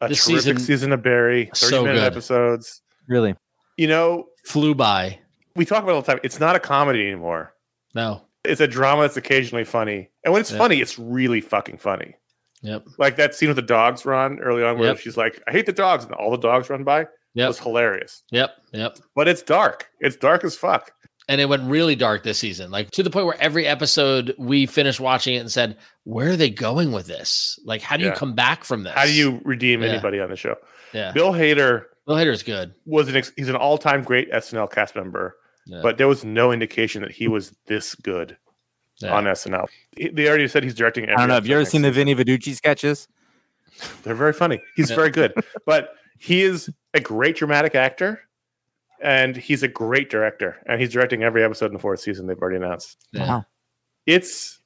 S1: a
S2: This
S1: terrific season,
S2: season-
S1: of Barry, thirty
S2: so
S1: minute
S2: good.
S1: episodes.
S3: Really,
S1: You know,
S2: Flew by.
S1: we talk about it all the time. It's not a comedy anymore.
S2: No.
S1: It's a drama that's occasionally funny, and when it's
S2: Yeah.
S1: funny, it's really fucking funny.
S2: Yep.
S1: Like that scene with the dogs run early on, where
S2: Yep.
S1: she's like, "I hate the dogs," and all the dogs run by. It
S2: Yep.
S1: was hilarious.
S2: Yep. Yep.
S1: But it's dark. It's dark as fuck.
S2: And it went really dark this season, like to the point where every episode we finished watching it and said, Where are they going with this? Like, how do
S1: Yeah.
S2: you come back from this?
S1: How do you redeem
S2: Yeah.
S1: anybody on the show?
S2: Yeah. Bill,
S1: Bill Hader
S2: Hader's good.
S1: was an ex- he's an all time great SNL cast member,
S2: Yeah.
S1: but there was no indication that he was this good
S2: Yeah.
S1: on SNL. He- They already said he's directing. Every
S3: I don't know. Have you
S1: episode
S3: ever
S1: next
S3: seen the
S1: season.
S3: Vinny Viducci sketches?
S1: They're very funny. He's
S2: Yeah.
S1: very good, but he is a great dramatic actor, and he's a great director. And he's directing every episode in the fourth season. They've already announced.
S2: Yeah.
S3: Wow.
S1: It's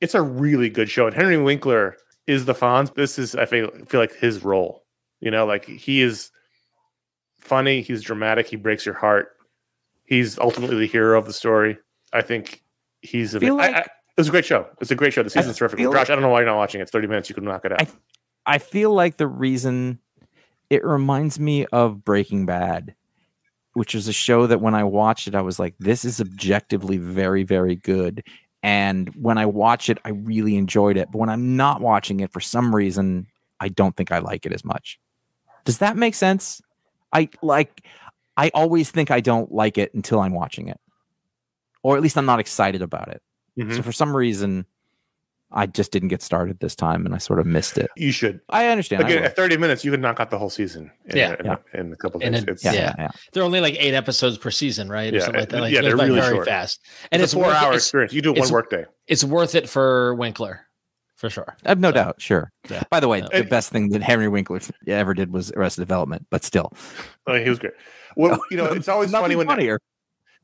S1: it's a really good show, and Henry Winkler is the Fonz. This is I feel feel like his role. You know, like he is funny. He's dramatic. He breaks your heart. He's ultimately the hero of the story. I think he's. A,
S3: Feel
S1: I-
S3: like-
S1: I- it's a great show. It's a great show. The season's terrific.
S3: feel
S1: Josh, I don't know why you're not watching it. It's 30 minutes. You can knock it out.
S3: I- I feel like the reason it reminds me of Breaking Bad, which is a show that when I watched it, I was like, this is objectively very, very good. And when I watch it, I really enjoyed it. But when I'm not watching it for some reason, I don't think I like it as much. Does that make sense? I like, I always think I don't like it until I'm watching it, or at least I'm not excited about it.
S1: Mhm.
S3: So for some reason, I just didn't get started this time and I sort of missed it.
S1: You should.
S3: I understand. I
S1: Again,
S3: will.
S1: at 30 minutes, you could knock out the whole season in,
S2: Yeah.
S1: in,
S3: Yeah.
S1: in a couple of
S2: In
S1: days.
S2: a-
S1: it's,
S3: yeah,
S1: yeah.
S3: yeah. yeah.
S2: They're only like eight episodes per season, right?
S1: Yeah,
S2: Or something like that.
S1: and-
S2: Like,
S1: yeah,
S2: it goes
S1: they're
S2: by
S1: really
S2: very
S1: short.
S2: fast.
S1: And
S2: And
S1: it's
S2: it's,
S1: a four
S2: worth
S1: hour
S2: It's,
S1: experience. You do it one
S2: it's-
S1: work day.
S2: it's worth it for Winkler, for sure.
S3: I have Uh, no
S2: So,
S3: doubt. Sure.
S2: yeah.
S3: By the way,
S2: Yeah.
S3: the best thing that Henry Winkler ever did was Arrested Development, but still,
S1: Oh, he was great. Well, you know, it's always funny
S3: nothing
S1: when,
S3: funnier.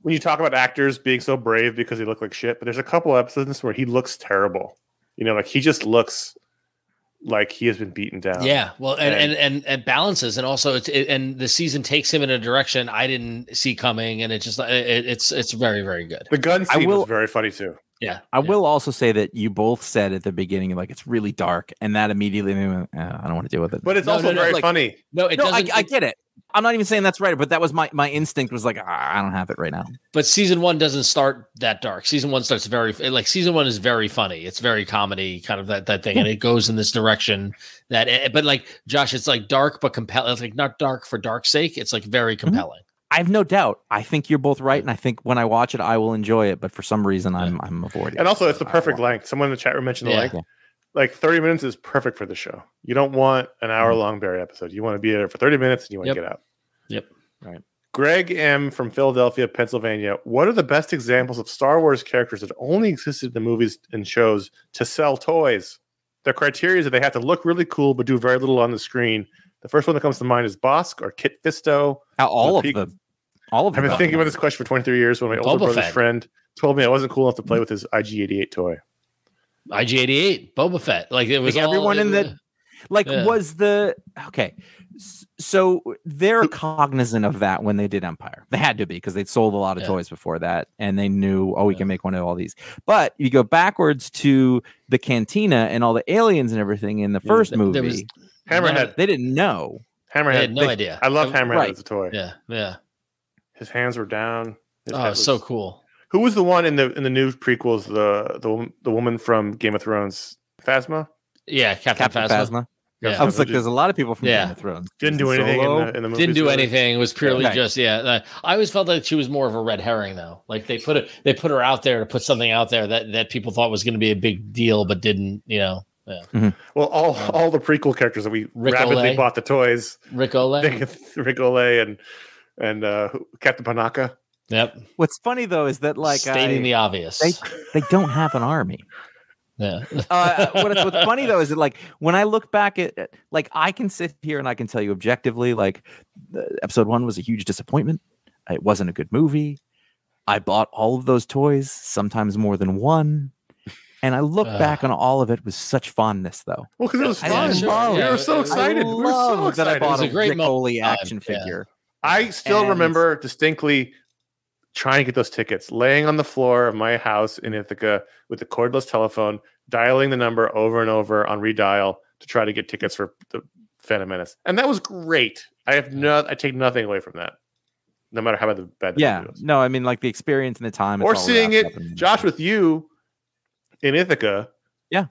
S1: when you talk about actors being so brave because they look like shit, but there's a couple episodes where he looks terrible. You know, like he just looks like he has been beaten down.
S2: Yeah, well, and
S1: And-
S2: and and, and balances, and also it's it, and the season takes him in a direction I didn't see coming, and it just it, it's it's very very good.
S1: The gun
S3: I
S1: scene
S3: will-
S1: was very funny too.
S2: Yeah,
S3: I
S2: yeah.
S3: will also say that you both said at the beginning, like it's really dark, and that immediately made me, uh, I don't want to deal with it.
S1: But it's
S2: No,
S1: also
S2: no, no,
S1: very
S2: like-
S1: funny.
S2: No, it
S3: no, I,
S2: doesn't.
S3: I
S2: it-
S3: get it. I'm not even saying that's right, but that was my my instinct was like ah, I don't have it right now.
S2: but season one doesn't start that dark. Season one starts very like season one is very funny. It's very comedy kind of that that thing, and it goes in this direction that. eh, But like Josh, it's like dark but compelling. It's like not dark for dark's sake. It's like very
S3: Mm-hmm.
S2: compelling.
S3: I have no doubt. I think you're both right, and I think when I watch it, I will enjoy it. But for some reason, I'm I'm avoiding.
S1: And
S3: it.
S1: also, it's the
S3: I
S1: perfect
S3: won't.
S1: length. Someone in the chat room mentioned the
S2: Yeah.
S1: length.
S3: Yeah.
S1: Like 30 minutes is perfect for the show. You don't want an hour long Barry episode. You want to be there for 30 minutes and you want
S2: Mm-hmm. Yep.
S1: to get out.
S2: Yep.
S3: Right.
S1: Greg M. from Philadelphia, Pennsylvania. What are the best examples of Star Wars characters that only existed in the movies and shows to sell toys? The criteria is that they have to look really cool but do very little on the screen. The first one that comes to mind is Bosk or Kit Fisto.
S3: all of
S1: peak-
S3: the all of
S1: I've been
S3: them.
S1: thinking about this question for 23 years when my older
S2: Boba
S1: brother's
S2: Fett.
S1: friend told me I wasn't cool enough to play with his IG88 toy.
S2: IG88, Boba Fett, like it was
S3: Like,
S2: all-
S3: everyone in the- like
S2: Yeah.
S3: was the okay S- so they're cognizant of that when they did empire they had to be because they'd sold a lot of
S2: Yeah.
S3: toys before that and they knew oh we
S2: Yeah.
S3: can make one of all these but you go backwards to the cantina and all the aliens and everything in the first
S2: there-
S3: movie
S2: there was-
S1: Hammerhead.
S3: they didn't know
S2: I
S1: Hammerhead.
S2: had no
S1: They-
S2: idea.
S1: I love
S2: I-
S1: Hammerhead
S3: right.
S1: as a toy.
S2: Yeah, yeah.
S1: His hands were down. His
S2: Oh,
S1: head
S2: it's so
S1: was-
S2: cool.
S1: Who was the one in the in the new prequels? The the wom- the woman from Game of Thrones, Phasma.
S2: Yeah, Captain,
S3: captain
S2: Phasma.
S3: phasma
S2: Yeah.
S3: i was like there's a lot of people from
S2: Yeah.
S3: game of thrones
S1: didn't do
S3: Jason
S1: anything
S3: Solo.
S1: in the, in the movie.
S2: didn't do anything. It was purely
S3: Right.
S2: just yeah. uh, I always felt like she was more of a red herring though. Like they put it, they put her out there to put something out there that that people thought was going to be a big deal, but didn't. You know, yeah.
S1: Well, all
S2: Yeah.
S1: all the prequel characters that we
S2: Rick
S1: rapidly
S2: Olay.
S1: bought the toys,
S2: Rick Ole.
S1: Rick Olay and and uh, who- Captain Panaka.
S2: Yep,
S3: what's funny though is that like
S2: stating
S3: I-
S2: the obvious.
S3: they they don't have an army
S2: yeah,
S3: uh, what it's, what's funny though is that like when I look back at at- like I can sit here and I can tell you objectively like the, episode one was a huge disappointment. It wasn't a good movie. I bought all of those toys, sometimes more than one, and I look
S2: Ugh.
S3: back on all of it with such fondness though.
S1: Well, because it was
S2: I
S1: fun.
S2: sure,
S1: we
S2: yeah.
S1: were so
S2: I
S1: excited. We were so
S3: love that I
S1: excited.
S3: bought
S2: was
S3: a,
S2: a great
S3: Rick
S2: moment
S3: Foley
S2: in time,
S3: action
S2: yeah.
S3: figure.
S1: I still
S3: And-
S1: remember distinctly trying to get those tickets, laying on the floor of my house in Ithaca with the cordless telephone, dialing the number over and over on redial to try to get tickets for the Phantom Menace, and that was great. I have no, I take nothing away from that, no matter how bad the bad the
S3: Yeah,
S1: movie was.
S3: no, I mean like the experience and the time, it's
S1: or
S3: all
S1: seeing
S3: wrapped
S1: it,
S3: up in-
S1: Josh, with you in Ithaca.
S3: Yeah.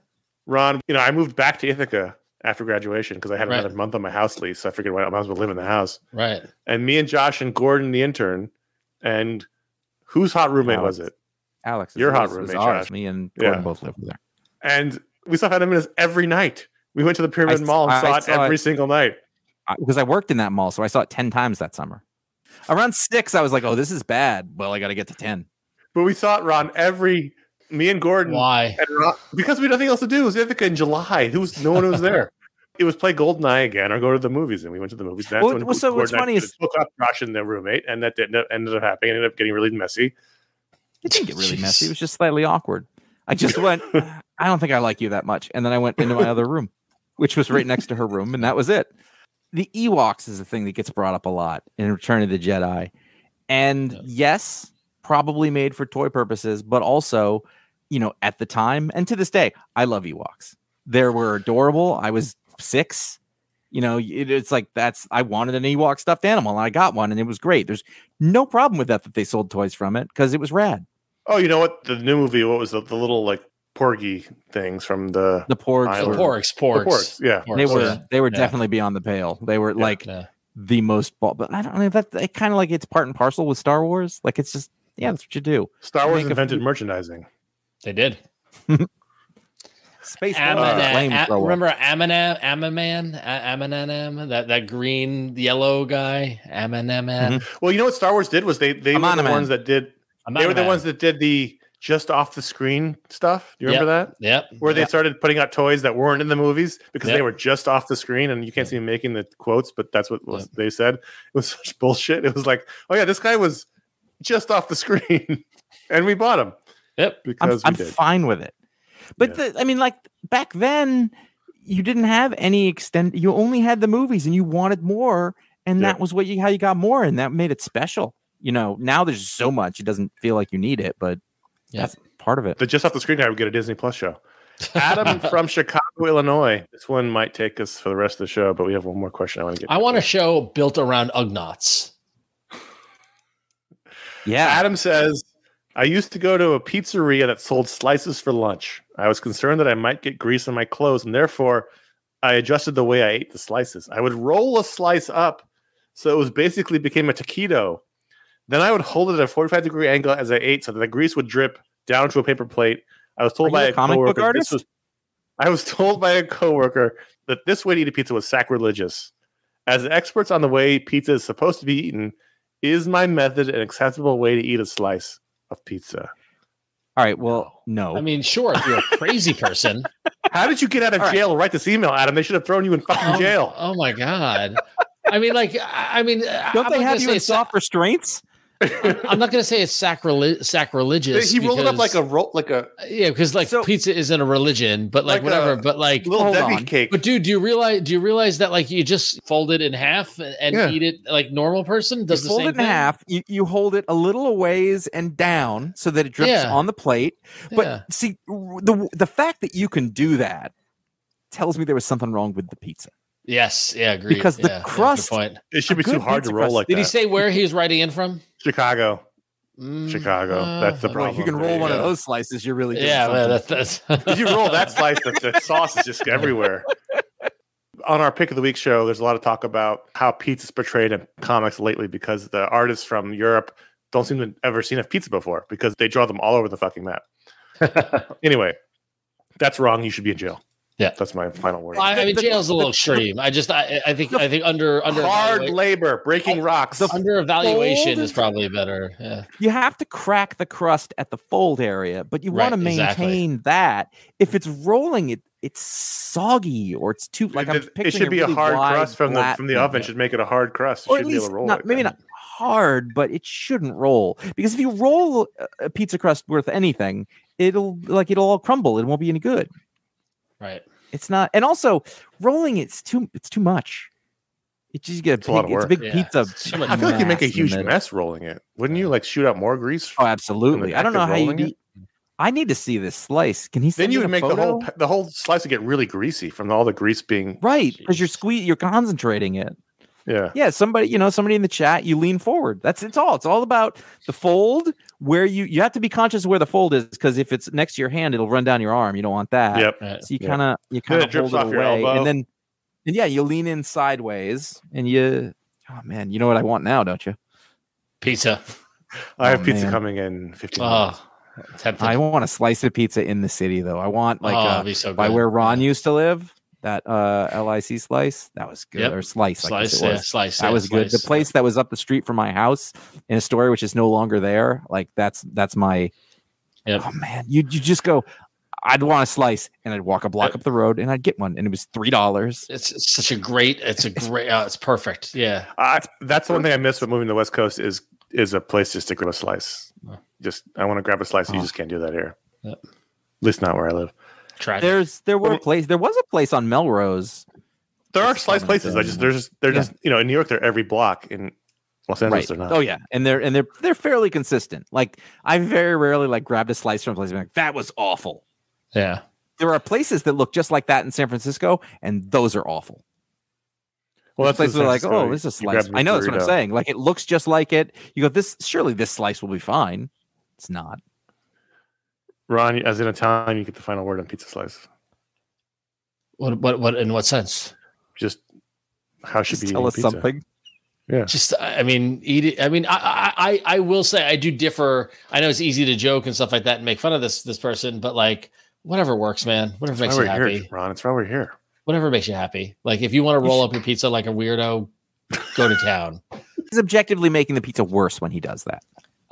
S1: Ron, you know, I moved back to Ithaca after graduation because I had
S2: Right.
S1: another month on my house lease. So I figured well, I might as well live in the house.
S2: Right.
S1: And me and Josh and Gordon, the intern, and whose hot roommate was
S3: Alex.
S1: it?
S3: Alex,
S1: Your hot
S3: was- was
S1: roommate,
S3: ours.
S1: Josh.
S3: Me and Gordon
S1: Yeah.
S3: both live over there.
S1: And we saw Hannah every night. We went to the Pyramid
S3: I-
S1: Mall and
S3: I-
S1: saw
S3: I
S1: it
S3: saw
S1: every
S3: it.
S1: single night.
S3: I- because I worked in that mall, so I saw it ten times that summer. Around six, I was like, "Oh, this is bad." Well, I got to get to ten.
S1: But we saw it, Ron, every me and Gordon
S2: Why?
S1: and Ron, because we had nothing else to do. It was Ithaca in July. Who was no one was there. It was play Goldeneye again or go to the movies, and we went to the movies. That's
S3: Well,
S1: when
S3: well, so what's
S1: Gordon
S3: funny
S1: actually
S3: is-
S1: hooked up Josh and their roommate, and that didn't, ended up happening. It ended up getting really messy.
S3: It didn't get really
S2: Jeez.
S3: messy. It was just slightly awkward. I just went, "I don't think I like you that much," and then I went into my other room, which was right next to her room, and that was it. The Ewoks is a thing that gets brought up a lot in Return of the Jedi, and
S2: Yes.
S3: yes, probably made for toy purposes, but also, you know, at the time and to this day, I love Ewoks. They were adorable. I was six. You know, it, it's like that's I wanted an Ewok stuffed animal and I got one and it was great. There's no problem with that that they sold toys from it because it was rad.
S1: Oh, you know what? The new movie. What was the, the little like porgy things from the,
S3: The porgs
S1: I
S2: The
S1: were-
S2: porks,
S1: the
S2: porks.
S1: porgs? Yeah,
S2: Porks,
S3: they were
S2: yeah.
S3: they were
S2: Yeah.
S3: definitely beyond the pale. They were like
S2: Yeah.
S3: the most ball, but I don't know that it kind of like it's part and parcel with Star Wars. Like it's just yeah, that's what you do.
S1: Star Wars
S3: Make a
S1: invented
S3: few-
S1: merchandising.
S2: They did.
S3: Space Force is a
S2: Amina, a,
S3: flamethrower.
S2: remember Amina, Amaman, A- Aminanam, that that green yellow guy, Aminaman.
S1: Well, you know what Star Wars did was they they were the
S3: Amanaman.
S1: ones that did Mm-hmm. they were the ones that did the just off the screen stuff. Do you remember that?
S2: Yep.
S1: Where they started putting out toys that weren't in the movies because
S2: Yeah.
S1: they were just off the screen and you can't see them making the quotes, but that's what was, they said. It was such bullshit. It was like, oh yeah, this guy was just off the screen, and we bought him.
S2: Yep.
S3: I'm,
S1: because
S3: I'm
S1: we did.
S3: fine with it. But
S1: Yeah.
S3: the, I mean, like back then, you didn't have any extend. You only had the movies, and you wanted more, and
S1: Yeah.
S3: that was what you how you got more, and that made it special. You know, now there's so much; it doesn't feel like you need it, but
S2: Yeah.
S3: that's part of it.
S1: the just off the screen guy would get a Disney Plus show. Adam from Chicago, Illinois. This one might take us for the rest of the show, but we have one more question I want to get.
S2: I want a show built around Ugnaughts.
S3: Yeah,
S1: Adam says, I used to go to a pizzeria that sold slices for lunch. I was concerned that I might get grease on my clothes, and therefore I adjusted the way I ate the slices. I would roll a slice up, so it was basically became a taquito. Then I would hold it at a 45 degree angle as I ate so that the grease would drip down to a paper plate. I was told
S3: Are
S1: by
S3: you a
S1: a
S3: comic book
S1: coworker
S3: artist?
S1: this was I was told by a coworker that this way to eat a pizza was sacrilegious. As experts on the way pizza is supposed to be eaten, is my method an acceptable way to eat a slice of pizza?
S3: All right. Well, no.
S2: I mean, sure, if you're a crazy person.
S1: How did you get out of
S3: All right.
S1: jail? to Write this email, Adam. They should have thrown you in fucking
S2: oh,
S1: jail.
S2: Oh my god. I mean, like, I I mean,
S3: don't
S2: I'm
S3: they
S2: not
S3: have
S2: gonna
S3: you
S2: say
S3: in
S2: it's-
S3: soft restraints?
S2: I'm not going to say it's sacrile- sacrilegious.
S1: he rolled it up like
S2: because-
S1: a roll, like a
S2: yeah, because like
S3: So-
S2: pizza isn't a religion, but
S1: Like
S2: like, whatever.
S1: a
S2: but like,
S1: little
S3: Hold
S1: Debbie
S3: on.
S1: cake.
S2: but dude, do you realize? Do you realize that like you just fold it in half and and
S1: Yeah.
S2: eat it like normal person does
S3: you
S2: the
S3: fold
S2: same
S3: it in
S2: thing?
S3: half. You, you hold it a little a ways and down so that it drips
S2: Yeah.
S3: on the plate. But
S2: Yeah.
S3: see, w- the the fact that you can do that tells me there was something wrong with the pizza.
S2: yes, yeah, agreed.
S3: Because the
S2: Yeah, yeah, good
S3: crust-
S2: point.
S1: It should
S3: a
S1: be too
S3: good
S1: hard to
S3: pizza
S1: roll
S3: crust.
S1: like
S2: Did
S1: that.
S2: he say where he's writing in from?
S1: Chicago,
S2: Mm,
S1: Chicago.
S2: uh,
S1: That's the
S2: uh,
S3: Well,
S1: problem.
S3: if you can
S1: There
S3: roll one
S1: go.
S3: of those slices, you're really doing
S2: Yeah,
S3: something.
S2: man, that's that's.
S1: If you roll that slice, the, the sauce is just everywhere. On our pick of the week show, there's a lot of talk about how pizza is portrayed in comics lately because the artists from Europe don't seem to have ever seen a pizza before because they draw them all over the fucking map. Anyway, that's wrong. You should be in jail.
S2: Yeah.
S1: that's my final word.
S2: I, I mean,
S3: The-
S2: jail's a little
S3: the-
S2: extreme. I just, I, I think, I think under under
S1: Hard
S2: evaluate-
S1: labor,
S3: Oh,
S1: breaking rocks.
S2: under evaluation
S3: fold-
S2: is probably better. Yeah.
S3: you have to crack the crust at the fold area, but you want to
S2: Right, exactly.
S3: maintain that. If it's rolling, it it's soggy or it's too like I'm
S1: it,
S3: picturing
S1: it should be a
S3: really
S1: hard
S3: wide,
S1: crust from the
S3: flat
S1: from the
S3: thing.
S1: oven. Should make it a hard crust. It
S3: or at
S1: should be able
S3: least
S1: to roll
S3: not,
S1: like
S3: maybe
S1: that.
S3: not hard, but it shouldn't roll because if you roll a- a pizza crust worth anything, it'll like it'll all crumble. It won't be any good.
S2: Right.
S3: It's not, and also rolling it's too it's too much. It just get
S1: It's a
S3: big,
S1: lot of
S3: it's a
S1: work.
S3: big
S2: Yeah,
S3: pizza.
S2: it's too much
S1: I feel like you make a
S3: mass in
S1: huge
S3: the-
S1: mess rolling it. Wouldn't you like shoot out more grease?
S3: Oh, absolutely. I don't
S1: act of
S3: know how you.
S1: rolling it?
S3: Need, I need to see this slice. Can he? Send
S1: then
S3: me
S1: you would make the whole
S3: photo?
S1: pe- the whole slice would get really greasy from all the grease being
S3: right because you're
S2: Jeez.
S3: squeeze you're concentrating it
S1: Yeah.
S3: yeah somebody you know somebody in the chat you lean forward that's it's all it's all about the fold where you you have to be conscious of where the fold is because if it's next to your hand it'll run down your arm you don't want that
S1: Yep.
S2: Right.
S3: so you
S1: Yeah.
S3: kind of
S1: Then
S3: you kind
S1: it
S3: of
S1: drips
S3: hold it
S1: off your
S3: away
S1: elbow.
S3: and then and yeah you lean in sideways and you oh man you know what i want now don't you
S2: Pizza.
S1: I have
S3: Oh,
S1: pizza
S3: man.
S1: coming in 15 minutes.
S2: Oh, tempted.
S3: i want a slice of pizza in the city though i want like
S2: oh,
S3: uh,
S2: it'd be so good.
S3: by where ron used to live that uh lic slice that was good
S2: Yep.
S3: or slice I guess
S2: slice,
S3: it
S2: yeah,
S3: was.
S2: slice.
S3: that
S2: yeah,
S3: was good. The
S2: slice.
S3: place that was up the street from my house in a store which is no longer there, like that's that's my.
S2: Yep.
S3: Oh man, you you just go. I'd want a slice, and I'd walk a block
S2: Yep.
S3: up the road, and I'd get one, and it was three dollars.
S2: It's, it's such a great. It's a great. Uh, it's perfect. Yeah.
S1: I, that's the one thing I miss with moving to the West Coast is is a place just to grab a slice. Just I want to grab a slice. You
S3: Oh.
S1: just can't do that here.
S2: Yep.
S1: At least not where I live.
S2: Tragic.
S3: There's there were
S1: Well-
S3: place there was a place on Melrose.
S1: There are
S3: It's
S1: slice
S3: common
S1: places. I just
S3: thing.
S1: there's just they're
S3: Yeah.
S1: just you know in New York they're every block in Los Angeles they're not.
S3: Oh yeah, and they're and they're they're fairly consistent. Like I very rarely like grabbed a slice from a place and be like that was awful.
S2: yeah.
S3: There are places that look just like that in San Francisco, and those are awful.
S1: well,
S3: Well, that's
S1: in
S3: places like,
S1: San Francisco.
S3: oh, this is a
S1: You grab
S3: slice.
S1: them
S3: I know that's
S1: a
S3: what I'm
S1: burrito.
S3: saying. Like it looks just like it. You go, this surely this slice will be fine. It's not.
S1: Ron, as an Italian, you get the final word on pizza slice.
S2: What? What? What? In what sense?
S1: Just how it should
S3: Just
S1: be
S3: tell
S1: eating
S3: us
S1: pizza.
S3: something.
S2: Just. uh, I I mean, eat it. I mean, I, I. I. I will say I do differ. I know it's easy to joke and stuff like that and make fun of this this person, but like whatever works, man. Whatever
S1: That's
S2: makes
S1: why
S2: you
S1: we're
S2: happy.
S1: here, Ron. It's why we're here.
S2: Whatever makes you happy. Like if you want to roll up your pizza like a weirdo, go to town.
S3: He's objectively making the pizza worse when he does that.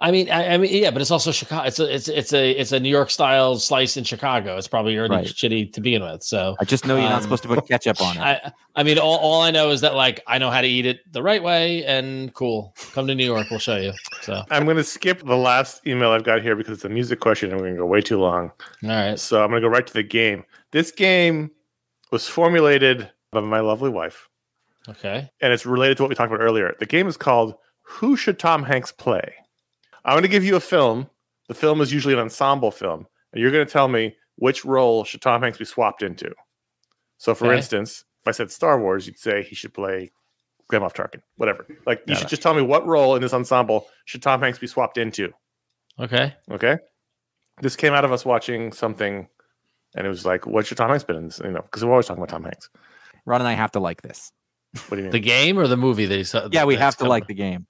S2: I mean, I, I mean, yeah, but it's also Chicago. It's a, it's, it's a, it's a New York style slice in Chicago. It's probably already
S3: Right.
S2: shitty to begin with. So,
S3: I just know you're
S2: Um,
S3: not supposed to put ketchup on it.
S2: I, I mean, all, all I know is that like I know how to eat it the right way, and cool. Come to New York, we'll show you. So, all
S1: I'm going to skip the last email I've got here because it's a music question and we're going to go way too long.
S2: right,
S1: So I'm going to go right to the game. This game was formulated by my lovely wife,
S2: okay,
S1: and it's related to what we talked about earlier. The game is called Who Should Tom Hanks Play? I'm going to give you a film. The film is usually an ensemble film, and you're going to tell me which role should Tom Hanks be swapped into. So, for
S2: Okay.
S1: instance, if I said Star Wars, you'd say he should play Grand Moff Tarkin, whatever. Like, you
S2: Got
S1: should
S2: it.
S1: just tell me what role in this ensemble should Tom Hanks be swapped into.
S2: okay,
S1: Okay. This came out of us watching something, and it was like, "What's your Tom Hanks been in?" This? You know, because we're always talking about Tom Hanks.
S3: Ron and I have to like this.
S1: What do you mean?
S2: the game or the movie that he saw.
S3: Yeah, we
S2: that's
S3: have to
S2: coming?
S3: like the game.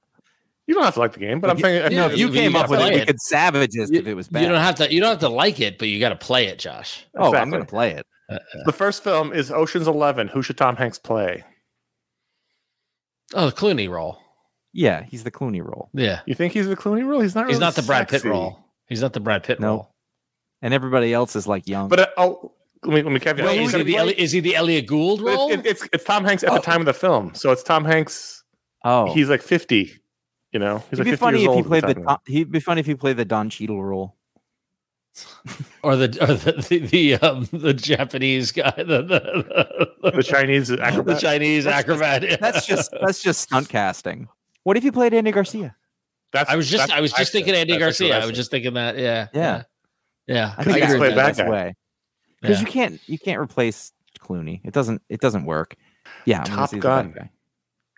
S1: you don't have to like the game, but I'm saying, I
S3: No,
S2: Yeah,
S1: think
S3: if
S1: it's-
S3: you
S2: you
S3: came
S2: have
S3: up
S2: to
S3: with
S2: like
S3: it, we
S2: it.
S3: could savage this if it was bad.
S2: You don't have to. You don't have to like it, but you got to play it, Josh.
S3: oh, I'm
S1: Exactly.
S3: going to play it.
S1: the first film is Ocean's Eleven. Who should Tom Hanks play?
S2: Oh, the Clooney role.
S3: Yeah, he's the Clooney role,
S2: Yeah,
S1: You think he's the Clooney role? He's not.
S2: he's
S1: really
S2: not the Brad Pitt
S1: sexy.
S2: role. He's not the Brad Pitt
S3: No.
S2: role.
S3: and everybody else is like young.
S1: But uh, oh, let me let me caveat.
S2: Wait,
S1: He's
S2: is
S1: gonna
S2: he
S1: be
S2: the
S1: like-
S2: Eli- is he the Elliot Gould
S1: but it's-
S2: role?
S1: it- it's it's Tom Hanks at the
S3: Oh.
S1: time of the film, so it's Tom Hanks.
S3: oh,
S1: He's like fifty. You know, he's
S3: it'd
S1: like
S3: be
S1: 50
S3: funny
S1: years
S3: if
S1: old
S3: he
S1: at
S3: played the.
S1: time.
S3: Don- He'd be funny if he played the Don Cheadle role.
S2: or the or the the, the, um, the Japanese guy, the the, the,
S1: the Chinese
S2: the
S1: acrobat.
S2: Chinese
S3: That's just-
S2: acrobat. yeah.
S3: That's just that's just stunt casting. What if you played Andy Garcia?
S1: That's,
S2: I was just
S1: that's
S2: I was
S1: what
S2: just
S1: said.
S2: thinking Andy
S1: That's actually what
S2: Garcia. I
S1: said.
S2: was just thinking that. Yeah,
S3: Yeah.
S2: yeah.
S3: I think
S1: I just
S3: that's the
S1: played that
S3: best
S1: guy.
S3: way. Because
S2: Yeah.
S3: you can't you can't replace Clooney. It doesn't it doesn't work. Yeah, I'm gonna
S1: Top
S3: say the black
S1: Gun.
S3: guy.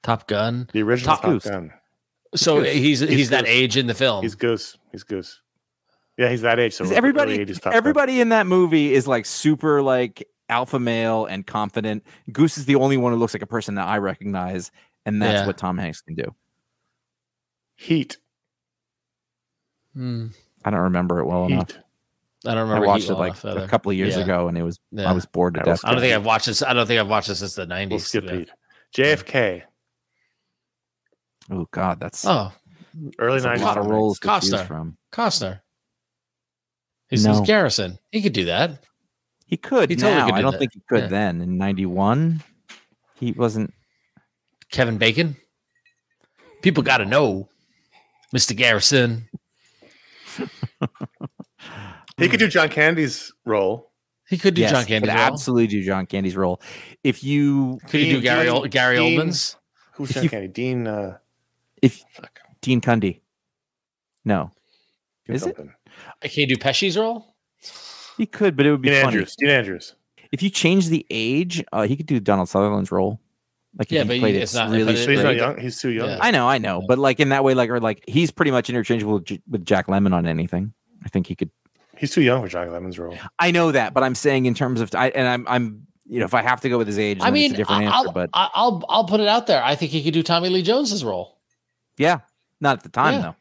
S2: Top Gun.
S1: the original
S3: Top
S1: Top
S3: Goose.
S1: Gun.
S2: So
S3: He's-
S2: he's he's, that
S1: Goose.
S2: age in the film.
S1: He's Goose. He's Goose. Yeah, he's that age. So
S3: 'Cause
S1: early
S3: everybody
S1: 80s Top Gun.
S3: everybody in that movie is like super like alpha male and confident. Goose is the only one who looks like a person that I recognize, and that's
S2: Yeah.
S3: what Tom Hanks can do.
S1: Heat.
S2: Hmm.
S3: I don't remember it well enough.
S1: Heat.
S2: I don't
S3: I
S2: remember.
S3: watched
S2: Heat
S3: it
S2: well
S3: like
S2: enough,
S3: a
S2: either.
S3: couple of years
S2: Yeah.
S3: ago, and it was
S2: Yeah.
S3: I was bored to
S1: I will
S3: death.
S2: I don't think
S1: Yeah.
S2: I've watched this. I don't think I've watched this since the
S1: We'll
S2: nineties.
S1: skip Heat. JFK.
S3: Oh God, that's,
S2: Oh,
S1: Early
S3: that's a lot of
S1: 90s.
S3: roles to choose
S2: Costner.
S3: from.
S2: Costner. He's, he's
S3: No.
S2: Garrison. He could do that.
S3: He could
S2: He
S3: now.
S2: totally could
S3: I
S2: do
S3: don't
S2: that.
S3: think he could
S2: Yeah.
S3: then. In '91, he wasn't.
S2: Kevin Bacon. People got to know, Mr. Garrison.
S1: He could do John Candy's role.
S2: He could do
S3: yes,
S2: John
S3: he
S2: Candy.
S3: could absolutely do John Candy's role. If you
S2: Could you do
S1: Dean-
S2: Gary Ol-
S1: Dean-
S2: Gary
S1: Dean-
S2: Oldman's?
S1: Who's
S3: If
S1: John
S3: you-
S1: Candy? Dean. Uh,
S3: Dean Cundy, no,
S1: Dean
S3: Is it?
S1: something.
S2: Can you do Pesci's role?
S3: he could, but it would be
S1: Dean
S3: funny
S1: Andrews. Dean Andrews.
S3: if you change the age. Uh, he could do Donald Sutherland's role. Like,
S2: Yeah,
S3: if
S2: but
S3: he
S2: he-
S3: played
S2: it's
S3: it
S2: not-
S3: really
S2: but it-
S1: So he's not
S3: straight.
S1: young. He's too young.
S2: Yeah.
S3: I know, I know,
S2: Yeah.
S3: but like in that way, like or like he's pretty much interchangeable with, J- with Jack Lemon on anything. I think he could.
S1: He's too young for Jack Lemon's role.
S3: I know that, but I'm saying in terms of I, and I'm I'm you know if I have to go with his age,
S2: I
S3: then
S2: mean,
S3: it's a different
S2: I-
S3: answer.
S2: I'll,
S3: but
S2: I- I'll I'll put it out there. I think he could do Tommy Lee Jones's role.
S3: yeah, not at the time
S2: Yeah.
S3: though.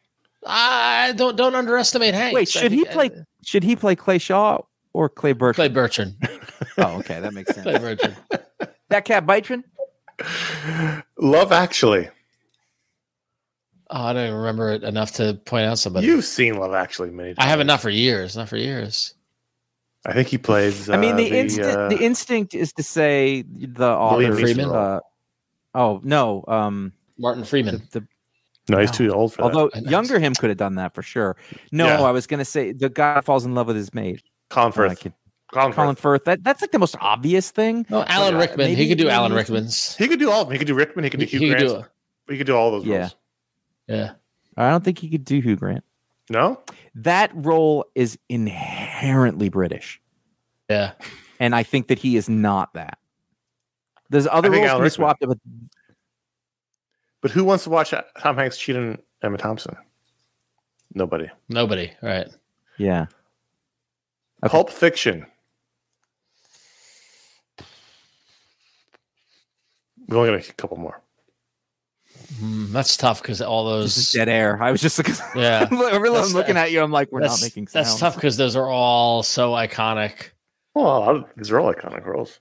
S2: I don't don't underestimate Hank.
S3: Wait, should he play? should he play Clay Shaw or Clay Burton?
S2: Clay uh, Bertrand.
S3: Oh, okay, that makes
S2: Clay
S3: sense.
S2: Bertrand.
S3: that cat Bytron.
S1: Love Actually.
S2: Oh, I don't even remember it enough to point out somebody.
S1: You've seen Love Actually many times.
S2: I haven't not for years, not for years.
S1: I think he plays.
S3: I mean,
S1: uh,
S3: the instinct
S1: uh,
S3: the instinct is to say the author
S1: William
S2: Friedman?
S3: Uh, oh no, um,
S2: Martin
S3: the,
S2: Freeman.
S3: the,
S1: no, he's too old for that.
S3: although
S2: Uh, I know.
S3: younger him could have done that for sure. No,
S1: Yeah.
S3: I was gonna say the guy falls in love with his maid.
S1: Colin
S3: Uh,
S1: Firth.
S3: kid-
S1: Colin
S3: Colin
S1: Firth.
S3: Firth. That, that's like the most obvious thing.
S2: No, Alan
S3: Yeah,
S2: Rickman.
S3: maybe-
S2: He could do Alan
S3: maybe-
S2: Rickman's.
S1: He could do all of them. He could do Rickman. He could do Hugh
S2: could
S1: Grant.
S2: do it.
S1: he could do all those
S3: Yeah.
S1: roles.
S2: Yeah.
S3: I don't think he could do Hugh Grant.
S1: No?
S3: That role is inherently British,
S2: Yeah.
S3: and I think that he is not that. There's other
S1: I think Alan
S3: roles can be
S1: Rickman.
S3: swapped, but
S1: But who wants to watch Tom Hanks cheating Emma Thompson? Nobody.
S2: Nobody. Right.
S3: yeah, Okay.
S1: Pulp Fiction. We've only got a couple more.
S2: Mm, that's tough because all
S3: this is
S2: those.
S3: dead air. I was just looking.
S2: Yeah.
S3: I'm really
S2: That's-
S3: looking at you. I'm like, we're not
S2: that's-
S3: making sound.
S2: That's tough because those are all so iconic.
S1: Well, these are all iconic roles.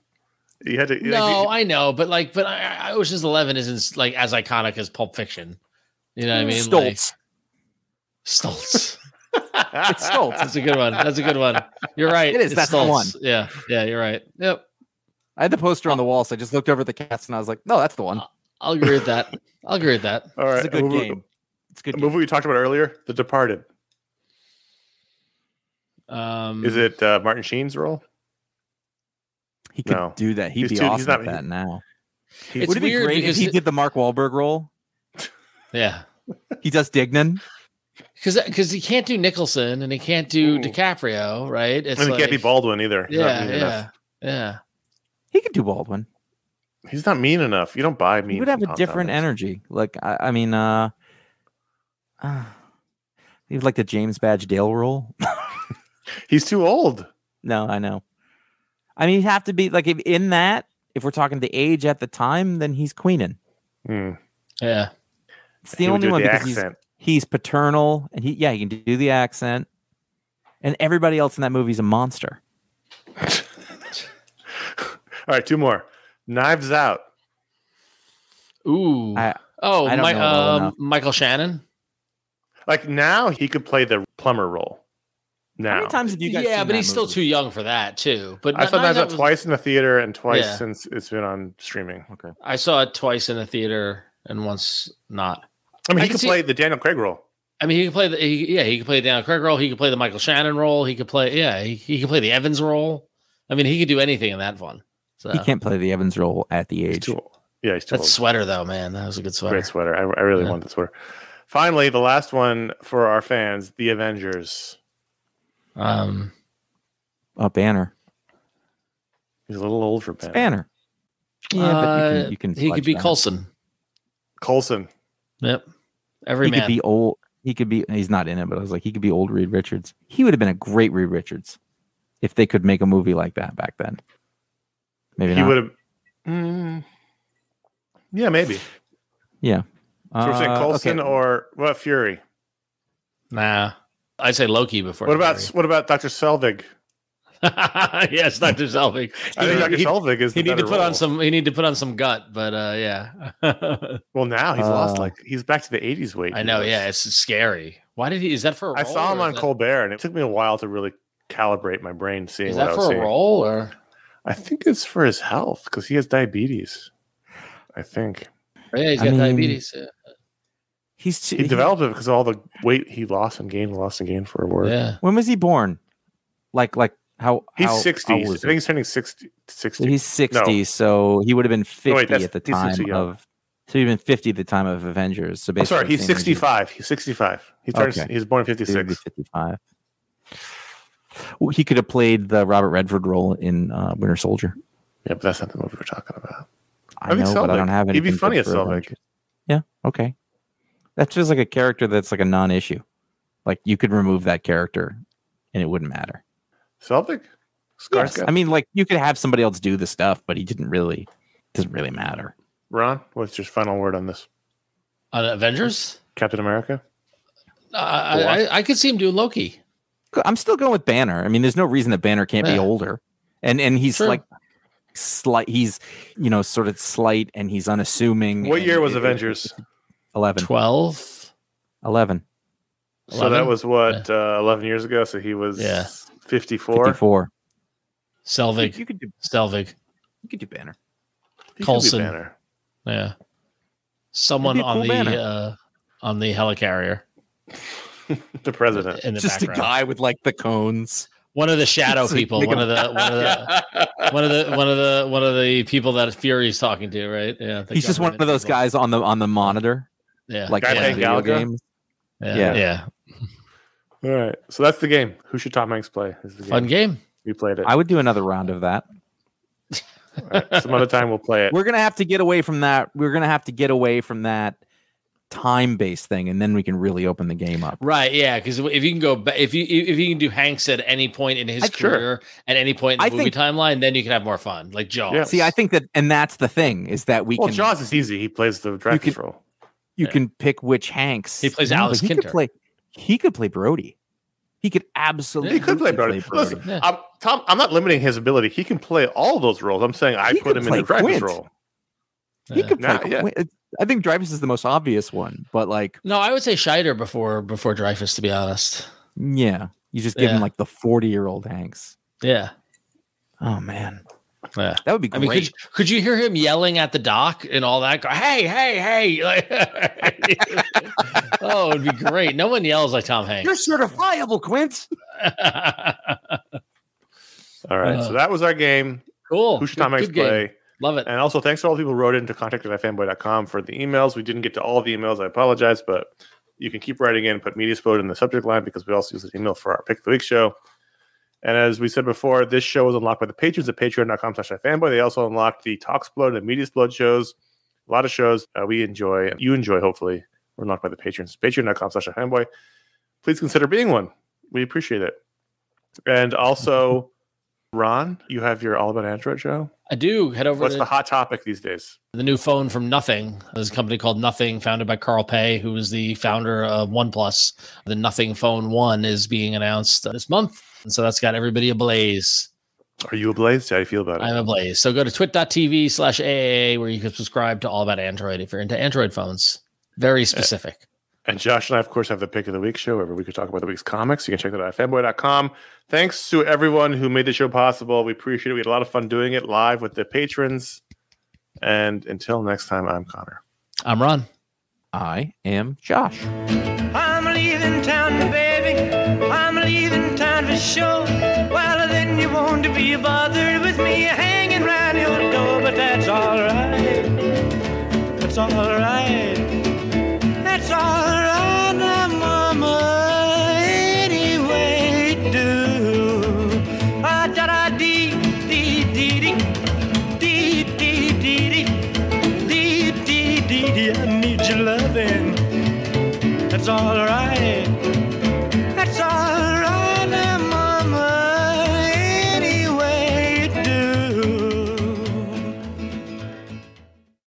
S1: You had to. you-
S2: No,
S1: you-
S2: I know, but like, but I, I Ocean's Eleven isn't like as iconic as Pulp Fiction. You know what I mean? Like,
S3: Stoltz.
S2: Stoltz.
S3: it's Stoltz.
S2: That's a good one. That's a good one. You're right.
S3: It is.
S2: It's
S3: That's the
S2: Stoltz.
S3: one.
S2: Yeah. Yeah. You're right. Yep.
S3: I had the poster on the wall, so I just looked over at the cats and I was like, no, that's the one.
S2: I'll agree with that. I'll agree with that.
S1: all right.
S3: it's a good
S1: a movie,
S3: game. It's a good.
S1: A
S3: Game.
S1: movie we talked about earlier, The Departed.
S3: Mm.
S2: Um,
S1: Is it uh, Martin Sheen's role?
S3: He could
S1: No.
S3: do that. He'd
S1: He's
S3: be
S1: too- he's
S3: awesome
S1: not-
S3: at that now.
S1: He-
S2: It's
S3: Would it be
S2: weird
S3: great if
S2: because
S3: he
S2: it-
S3: did the Mark Wahlberg role?
S2: Yeah.
S3: He does Dignan.
S2: Because because he can't do Nicholson and he can't do
S1: Ooh.
S2: DiCaprio, right? It's
S1: and it can't be
S2: like-
S1: Baldwin either. He's not
S2: Yeah.
S1: mean
S2: Yeah.
S1: enough.
S2: Yeah.
S3: He could do Baldwin.
S1: He's not mean enough. You don't buy me.
S3: he would have a different energy. Like I, I mean, uh, uh he was like the James Badge Dale role.
S1: He's too old.
S3: no, I know. I mean, he'd have to be like if in that. If we're talking the age at the time, then he's Queenan.
S1: Hmm.
S2: Yeah.
S3: It's the
S1: He would
S3: only
S1: do
S3: one
S1: the
S3: because he's,
S1: accent.
S3: he's paternal and he yeah he can do the accent, and everybody else in that movie's a monster.
S1: All right, two more. Knives Out.
S2: Ooh.
S3: I-
S2: oh,
S3: I don't
S2: Mi-
S3: know well
S2: um,
S3: enough.
S2: Michael Shannon.
S1: Like now, he could play the plumber role. Now,
S3: How many times have you guys?
S2: yeah,
S3: seen
S2: but
S3: that
S2: he's still
S3: movie?
S2: too young for that too. But
S1: I saw
S2: Knives
S1: Knives Out
S2: was-
S1: twice in the theater and twice
S2: Yeah.
S1: since it's been on streaming.
S3: Okay.
S2: I saw it twice in the theater and once not.
S1: I mean,
S2: I
S1: he
S2: can
S1: could
S2: see-
S1: play the Daniel Craig role.
S2: I mean, he could play the he, yeah, he could play the Daniel Craig role. He could play the Michael Shannon role. He could play yeah, he, he could play the Evans role. I mean, he could do anything in that one. So
S3: He can't play the Evans role at the
S1: He's
S3: age.
S1: too old. Yeah, he's too
S2: that sweater though, man, that was a good
S1: old.
S2: sweater.
S1: Great sweater. I, I really
S2: Yeah.
S1: want the sweater. Finally, the last one for our fans, The Avengers.
S2: Um,
S3: A Oh, banner.
S1: He's a little old for
S3: It's
S1: Ben.
S3: banner. Yeah, but you
S2: uh,
S3: can, you can
S2: he could
S3: fudge
S2: be
S3: that.
S2: Coulson.
S1: Colson.
S2: Yep, every
S3: He
S2: man.
S3: could be old. He could be. He's not in it, but I was like, he could be old Reed Richards. He would have been a great Reed Richards if they could make a movie like that back then. Maybe
S1: He
S3: not.
S1: would have. Mm, yeah, maybe. So we're saying
S3: Uh,
S1: Colson
S3: okay.
S1: or well, Fury.
S2: nah, I'd say Loki before.
S1: What about
S2: Fury.
S1: what about Doctor Selvig?
S2: yes, Doctor Selvig?
S1: I think Doctor Selvig is.
S2: He
S1: the
S2: need to
S1: better
S2: put on
S1: role.
S2: some. He need to put on some gut, but uh, yeah,
S1: Well, now he's lost
S3: Uh,
S1: like he's back to the '80s weight.
S2: I
S1: he
S2: know.
S1: was.
S2: Yeah, it's scary. Why did he? Is that for? I
S1: I saw him on Colbert, and it took me a while to really calibrate my brain seeing
S2: Is
S1: what
S2: that
S1: I was
S2: for a
S1: seeing.
S2: role or
S1: I think it's for his health because he has diabetes. I think
S2: yeah, he's
S3: I
S2: got
S3: mean-
S2: diabetes. yeah.
S3: He's too,
S1: he developed it because of all the weight he lost and gained, lost and gained for work.
S2: Yeah.
S3: When was he born? Like like how?
S1: He's
S3: how, how
S1: 60. I
S3: old
S1: think
S3: was he?
S1: he's turning 60. 60.
S3: He's sixty, so he would have been
S1: No, wait,
S3: fifty
S1: that's-
S3: at the
S1: he's still too
S3: time
S1: young.
S3: of. So he'd been fifty at the time of Avengers. So
S1: I'm
S3: basically,
S1: sorry,
S3: the
S1: he's
S3: same age as-
S1: 65. He's 65. He turns.
S3: Okay.
S1: He's born in
S3: He would be
S1: 56.
S3: 55. Well, he could have played the Robert Redford role in uh, Winter Soldier.
S1: Yeah, but that's not the movie we're talking about.
S3: I
S1: I mean,
S3: know, but I
S1: Selvig.
S3: don't have
S1: He'd be
S3: any.
S1: funny as Selvig.
S3: Yeah. Okay. That feels like a character that's like a non-issue. Like you could remove that character, and it wouldn't matter.
S1: Selvig?
S3: Yes.
S1: Skarsgård?
S3: I mean, like you could have somebody else do the stuff, but he didn't really. Doesn't really matter.
S1: Ron, what's your final word on this?
S2: On Avengers,
S1: Captain America?
S2: uh, I, I I could see him doing Loki.
S3: I'm still going with Banner. I mean, there's no reason that Banner can't be
S2: Yeah.
S3: older, and and he's
S2: True.
S3: like slight. He's you know sort of slight, and he's unassuming.
S1: What
S3: and
S1: year was
S3: it-
S1: Avengers?
S3: 11.
S2: Twelve.
S3: 11.
S1: So that
S2: 11?
S1: was what, uh, 11 years ago? So he was
S2: Yeah.
S1: 54.
S3: 54.
S2: Selvig.
S3: You could do
S2: Selvig.
S3: you could do Banner.
S1: He could be
S2: Coulson.
S1: Banner.
S2: Yeah. Someone
S3: It'd be a
S2: on
S3: cool banner.
S2: the uh, on the helicarrier
S1: The president.
S2: in the
S3: Just
S2: background.
S3: a guy with like the cones.
S2: One of the shadow
S3: It's like,
S2: people.
S3: make
S2: One
S3: him-
S2: of the one of the one of the one of the one of the people that Fury's talking to, right? Yeah. the
S3: He's just one of
S2: government
S3: those
S2: people.
S3: guys on the on the monitor
S2: Yeah.
S3: like
S1: Guy
S3: in the
S1: playing
S3: video
S1: Galaga?
S3: games.
S2: yeah.
S3: yeah.
S2: Yeah. yeah.
S1: All right. So that's the game. Who should Tom Hanks play? Is the game.
S2: Fun game.
S1: We played it.
S3: I would do another round of that.
S1: All right. Some other time we'll play it.
S3: We're going to have to get away from that. We're going to have to get away from that time-based thing and then we can really open the game up.
S2: Right, yeah, because if you can go, ba- if you if you can do Hanks at any point in his
S3: I- sure.
S2: career, at any point in the
S3: I
S2: movie
S3: think-
S2: timeline, then you can have more fun, like Jaws.
S1: Yeah.
S3: See, I think that and that's the thing is that we
S1: well,
S3: can
S1: Jaws is easy. He plays the Dracula's role.
S3: you
S2: Yeah.
S3: can pick which Hanks.
S2: He plays
S3: but
S2: Alice
S3: he
S2: Kinter.
S3: Could play, he could play Brody. He could absolutely
S1: He could play Brody. Listen,
S2: Yeah.
S1: I'm, Tom, I'm not limiting his ability. He can play all those roles. I'm saying I
S3: He
S1: put
S3: could
S1: him in the
S3: play
S1: Dracula's
S3: Quint.
S1: role.
S3: He
S2: Yeah.
S3: could play.
S1: Nah, yeah.
S3: Quin- I think Dreyfus is the most obvious one, but like,
S2: No, I would say Scheider before before Dreyfus, to be honest.
S3: yeah, you just give him
S2: Yeah.
S3: like the forty-year-old Hanks.
S2: Yeah,
S3: Oh man,
S2: yeah.
S3: that would be
S2: I
S3: great.
S2: mean, could, could you hear him yelling at the dock and all that? Go, Hey, hey, hey! Like- oh, it'd be great. No one yells like Tom Hanks.
S3: You're certifiable, Quint.
S1: All right.
S2: Uh,
S1: so that was our game.
S2: cool.
S1: Who should
S2: Good-
S1: Tom Hanks
S2: good game.
S1: play?
S2: Love it.
S1: And also, thanks to all the people who wrote into contact at fanboy.com for the emails. We didn't get to all the emails. I apologize, but you can keep writing in, put Media Spode in the subject line because we also use an email for our Pick of the Week show. And as we said before, this show is unlocked by the patrons at patreon.com slash fanboy. They also unlocked the Talksplode and Media Splode shows. A lot of shows uh, we enjoy, and you enjoy, hopefully, were unlocked by the patrons. Patreon.com slash fanboy. Please consider being one. We appreciate it. And also, Ron, you have your All About Android show.
S2: I do head over
S1: What's
S2: to
S1: the hot topic these days?
S2: the new phone from Nothing. There's a company called Nothing, founded by Carl Pei, who is the founder of OnePlus. The Nothing Phone One is being announced uh, this month, and so that's got everybody ablaze.
S1: Are you ablaze? How do you feel about it?
S2: I'm ablaze. So go to twit.tv slash AAA where you can subscribe to All About Android if you're into Android phones. Very specific.
S1: and Josh and I, of course, have the pick of the week show every week. We talk about the week's comics. You can check that out at fanboy.com. Thanks to everyone who made the show possible. We appreciate it. We had a lot of fun doing it live with the patrons. And until next time, I'm Connor.
S2: I'm Ron.
S3: I am Josh.
S4: I'm leaving town, baby. I'm leaving town for sure. Well, then you won't be bothered with me hanging round your door, but that's alright. That's alright. That's alright, now, Mama. Anyway, do. Ah, da da dee, dee, dee, dee. Dee, dee, dee, dee. Dee, dee, dee, dee. I need your loving. That's all right.